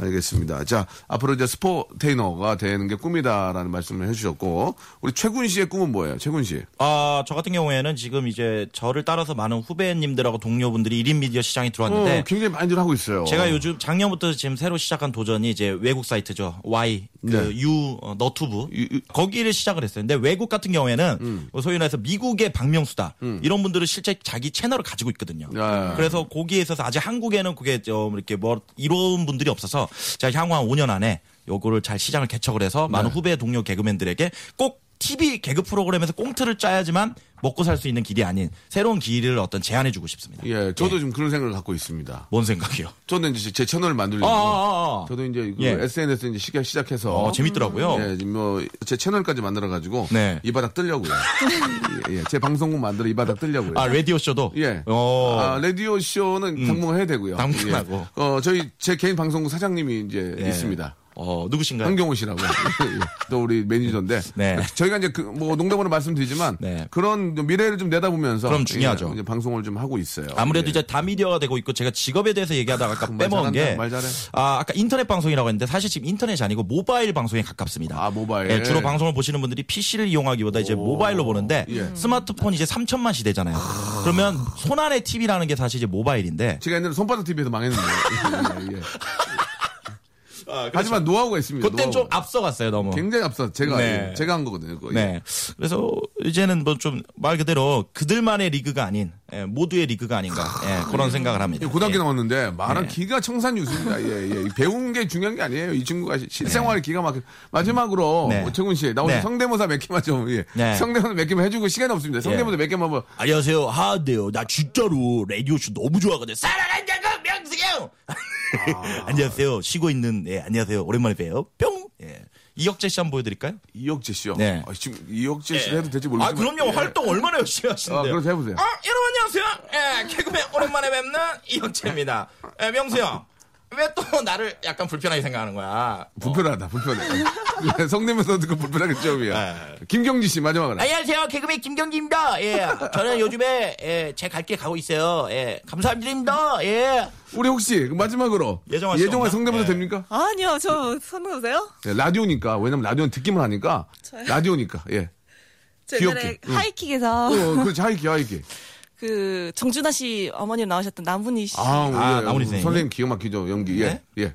Speaker 1: 알겠습니다. 자, 앞으로 이제 스포테이너가 되는 게 꿈이다라는 말씀을 해주셨고 우리 최군 씨의 꿈은 뭐예요? 최군 씨.
Speaker 2: 아, 저 같은 경우에는 지금 이제 저를 따라서 많은 후배님들하고 동료분들이 1인 미디어 시장에
Speaker 1: 어,
Speaker 2: 들어왔는데
Speaker 1: 굉장히 많이들 하고 있어요.
Speaker 2: 음, 네. 제가 요즘 작년부터 지금 새로 시작한 도전이 이제 외국 사이트죠. Y,
Speaker 1: 네.
Speaker 2: 그 U 어, 너튜브 거기를 시작을 했어요. 근데 외국 같은 경우에는
Speaker 1: 음.
Speaker 2: 소위 말해서 미국의 박명수다 이런 분들은 실제 자기 채널을 가지고 있거든요.
Speaker 1: 아.
Speaker 2: 그래서 거기에 있어서 아직 한국에는 그게 좀 이렇게 뭐 이런 분들이 없어서 제가 향후 한 5년 안에 요거를 잘 시장을 개척을 해서 많은
Speaker 1: 네.
Speaker 2: 후배 동료 개그맨들에게 꼭 TV 개그 프로그램에서 꽁트를 짜야지만 먹고 살 수 있는 길이 아닌 새로운 길을 어떤 제안해주고 싶습니다.
Speaker 1: 예, 저도 지금 그런 생각을 갖고 있습니다.
Speaker 2: 뭔 생각이요?
Speaker 1: 저는 이제 제 채널을 만들려고
Speaker 2: 아, 아, 아.
Speaker 1: 예. 저도 이제 그
Speaker 2: 예.
Speaker 1: SNS 이제 시작- 시작해서
Speaker 2: 어, 재밌더라고요.
Speaker 1: 예, 지금 뭐제 채널까지 만들어가지고
Speaker 2: 네.
Speaker 1: 이 바닥
Speaker 2: (laughs)
Speaker 1: 뜨려고요. 예, 예, 제 방송국 만들어 이 바닥 뜨려고요.
Speaker 2: 아 라디오 쇼도
Speaker 1: 예.
Speaker 2: 어. 음.
Speaker 1: 아, 라디오 쇼는 당분간 해야 되고요.
Speaker 2: 당분간하고.
Speaker 1: 예. 어, 저희 제 개인 방송국 사장님이 이제
Speaker 2: 예.
Speaker 1: 있습니다.
Speaker 2: 어 누구신가요?
Speaker 1: 한경호 씨라고. (laughs) 예, 또 우리 매니저인데.
Speaker 2: 네.
Speaker 1: 저희가 이제 그 뭐 농담으로 말씀드리지만
Speaker 2: 네.
Speaker 1: 그런 좀 미래를 좀 내다보면서
Speaker 2: 그럼 중요하죠.
Speaker 1: 예, 이제 방송을 좀 하고 있어요.
Speaker 2: 아무래도
Speaker 1: 예.
Speaker 2: 이제 다미디어가 되고 있고 제가 직업에 대해서 얘기하다가 아까
Speaker 1: 말 잘한다,
Speaker 2: 빼먹은 게
Speaker 1: 말 잘해.
Speaker 2: 아, 아까 인터넷 방송이라고 했는데 사실 지금 인터넷이 아니고 모바일 방송에 가깝습니다.
Speaker 1: 아, 모바일.
Speaker 2: 예, 주로 방송을 보시는 분들이 PC를 이용하기보다 이제 모바일로 보는데 음.
Speaker 1: 예.
Speaker 2: 스마트폰 이제 3천만 시대잖아요. 그러면 손안의 TV라는 게 사실 이제 모바일인데
Speaker 1: 제가 옛날에 손바닥 TV에서 망했는데. 예, 예. 하지만 노하우가 있습니다.
Speaker 2: 아, 그렇죠. 그땐 좀
Speaker 1: 노하우가.
Speaker 2: 앞서갔어요 너무.
Speaker 1: 굉장히 앞서 제가
Speaker 2: 네.
Speaker 1: 예, 제가 한 거거든요. 그거. 예.
Speaker 2: 네. 그래서 이제는 뭐 좀 말 그대로 그들만의 리그가 아닌 예, 모두의 리그가 아닌가 예, 그런 생각을 합니다.
Speaker 1: 예, 고등학교
Speaker 2: 예.
Speaker 1: 나왔는데 말은 기가 청산 유수입니다. 예, 예. 배운 게 중요한 게 아니에요. 이 친구가 실생활에 기가 막혀. 마지막으로
Speaker 2: 네.
Speaker 1: 어, 최군 씨, 나 오늘
Speaker 2: 네.
Speaker 1: 성대모사 몇 개만 좀 예.
Speaker 2: 네. 예.
Speaker 1: 성대모사 몇 개만 해주고 시간 없습니다. 성대모사 몇 개만 뭐.
Speaker 2: 안녕하세요 하은데요 나 진짜로 라디오쇼 너무 좋아하거든요 사랑한다고 명수경
Speaker 1: 아.
Speaker 2: (laughs) 안녕하세요 쉬고 있는 예 안녕하세요 오랜만에 봬요 뿅 예. 이혁재 씨 한번 보여드릴까요?
Speaker 1: 이혁재 씨요.
Speaker 2: 네.
Speaker 1: 아, 지금 이혁재 씨 해도 될지 모르겠어요.
Speaker 2: 아 그럼요 활동 얼마나 열심히 하시는데요
Speaker 1: 아, 그래서 해보세요.
Speaker 2: 아, 여러분 안녕하세요 예 개그맨 오랜만에 뵙는 이혁재입니다 예, 명수 형왜 또 나를 약간 불편하게 생각하는 거야
Speaker 1: 예. 불편하다,
Speaker 2: (laughs)
Speaker 1: 불편해. 네, 성대모사 듣고 불편하게 점이야.
Speaker 2: 네.
Speaker 1: 김경지 씨 마지막으로.
Speaker 2: 안녕하세요. 개그맨 김경기입니다. 예. 저는 요즘에 예, 제 갈 길 가고 있어요. 예. 감사합니다. 예.
Speaker 1: 우리 혹시 그 마지막으로
Speaker 2: 예정아 씨 없나?
Speaker 1: 성대모사
Speaker 2: 네.
Speaker 1: 됩니까?
Speaker 3: 아니요, 저 선우세요?
Speaker 1: 네, 라디오니까 왜냐면 라디오는 듣기만 하니까 라디오니까 예.
Speaker 3: 저
Speaker 1: 귀엽게.
Speaker 3: 옛날에
Speaker 1: 응.
Speaker 3: 하이킥에서
Speaker 1: 어, 그렇지 하이키 하이키.
Speaker 3: 그 정준하 씨 어머님 나오셨던 남분이 씨.
Speaker 1: 아, 우리
Speaker 2: 아, 나훈이 선생님.
Speaker 1: 예. 선생님 기가 막히죠 연기. 예,
Speaker 2: 네?
Speaker 1: 예.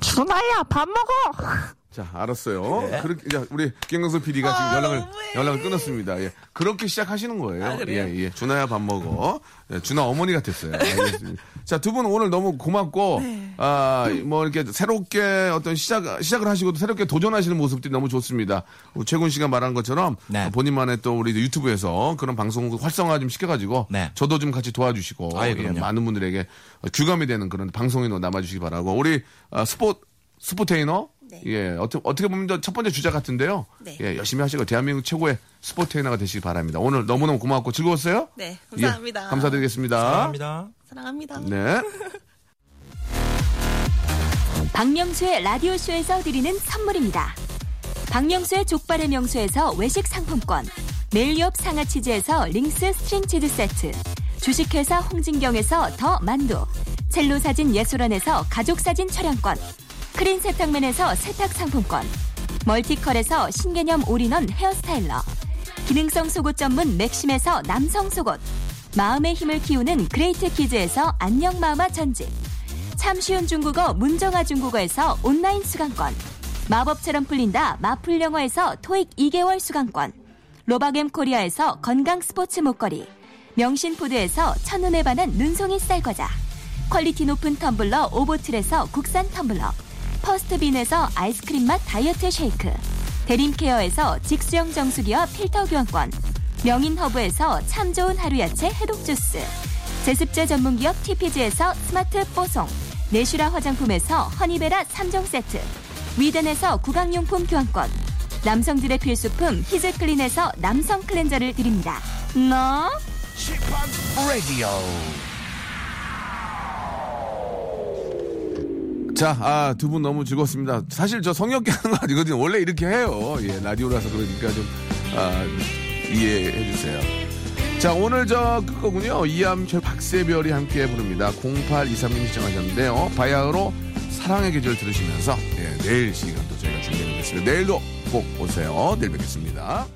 Speaker 6: 준아야 밥 먹어.
Speaker 1: 자, 알았어요. 그렇게 자, 우리 김경수 PD가 지금
Speaker 3: 아,
Speaker 1: 연락을
Speaker 3: 왜?
Speaker 1: 연락을 끊었습니다. 예. 그렇게 시작하시는 거예요.
Speaker 2: 아,
Speaker 3: 그래요?
Speaker 1: 예, 예. 준아야 밥 먹어. 예, 준아 어머니 같았어요. 알겠습니다. 자, 두 분 오늘 너무 고맙고 아, 뭐 이렇게 새롭게 어떤 시작 시작을 하시고도 새롭게 도전하시는 모습들이 너무 좋습니다. 우리 최군 씨가 말한 것처럼
Speaker 2: 네.
Speaker 1: 본인만의 또 우리 유튜브에서 그런 방송 활성화 좀 시켜 가지고
Speaker 2: 네.
Speaker 1: 저도 좀 같이 도와주시고
Speaker 2: 아예
Speaker 1: 예,
Speaker 2: 그럼요.
Speaker 1: 많은 분들에게 귀감이 되는 그런 방송인으로 남아주시기 바라고 우리 아, 스포 스포테이너
Speaker 3: 네.
Speaker 1: 예 어떻게 어떻게 보면 저첫 번째 주자 같은데요
Speaker 3: 네.
Speaker 1: 예 열심히 하시고 대한민국 최고의 스포테이너가 되시기 바랍니다 오늘 너무너무 고맙고 즐거웠어요
Speaker 3: 네, 감사합니다.
Speaker 1: 예, 감사드리겠습니다
Speaker 2: 감사합니다.
Speaker 3: 사랑합니다.
Speaker 1: 네
Speaker 6: 박명수의 라디오쇼에서 드리는 선물입니다. 박명수의 족발의 명수에서 외식 상품권, 메일옆 상하치즈에서 링스 스트링치즈 세트, 주식회사 홍진경에서 더 만두, 첼로 사진 예술원에서 가족사진 촬영권, 크린 세탁맨에서 세탁 상품권, 멀티컬에서 신개념 올인원 헤어스타일러, 기능성 속옷 전문 맥심에서 남성 속옷, 마음의 힘을 키우는 그레이트 키즈에서 안녕 마마 전집, 참 쉬운 중국어 문정아 중국어에서 온라인 수강권 마법처럼 풀린다 마풀 영어에서 토익 2개월 수강권 로바겜 코리아에서 건강 스포츠 목걸이 명신푸드에서 첫눈에 반한 눈송이 쌀과자 퀄리티 높은 텀블러 오보틀에서 국산 텀블러 퍼스트빈에서 아이스크림 맛 다이어트 쉐이크 대림케어에서 직수형 정수기와 필터 교환권 명인허브에서 참 좋은 하루 야채 해독 주스 제습제 전문기업 TPG에서 스마트 뽀송 내슈라 화장품에서 허니베라 3종 세트 위덴에서 구강용품 교환권 남성들의 필수품 히즈클린에서 남성 클렌저를 드립니다 너
Speaker 1: 자, 아, 두 분 너무 즐거웠습니다. 사실 저 성역기 하는 거 아니거든요. 원래 이렇게 해요. 예, 라디오라서 그러니까 좀, 아, 이해해 주세요. 자, 오늘 저 끝거군요. 이암철 박세별이 함께 부릅니다. 0823님이 시청하셨는데요. 바야흐로 사랑의 계절 들으시면서, 예, 내일 시간도 저희가 준비해 보겠습니다. 내일도 꼭 오세요. 내일 뵙겠습니다.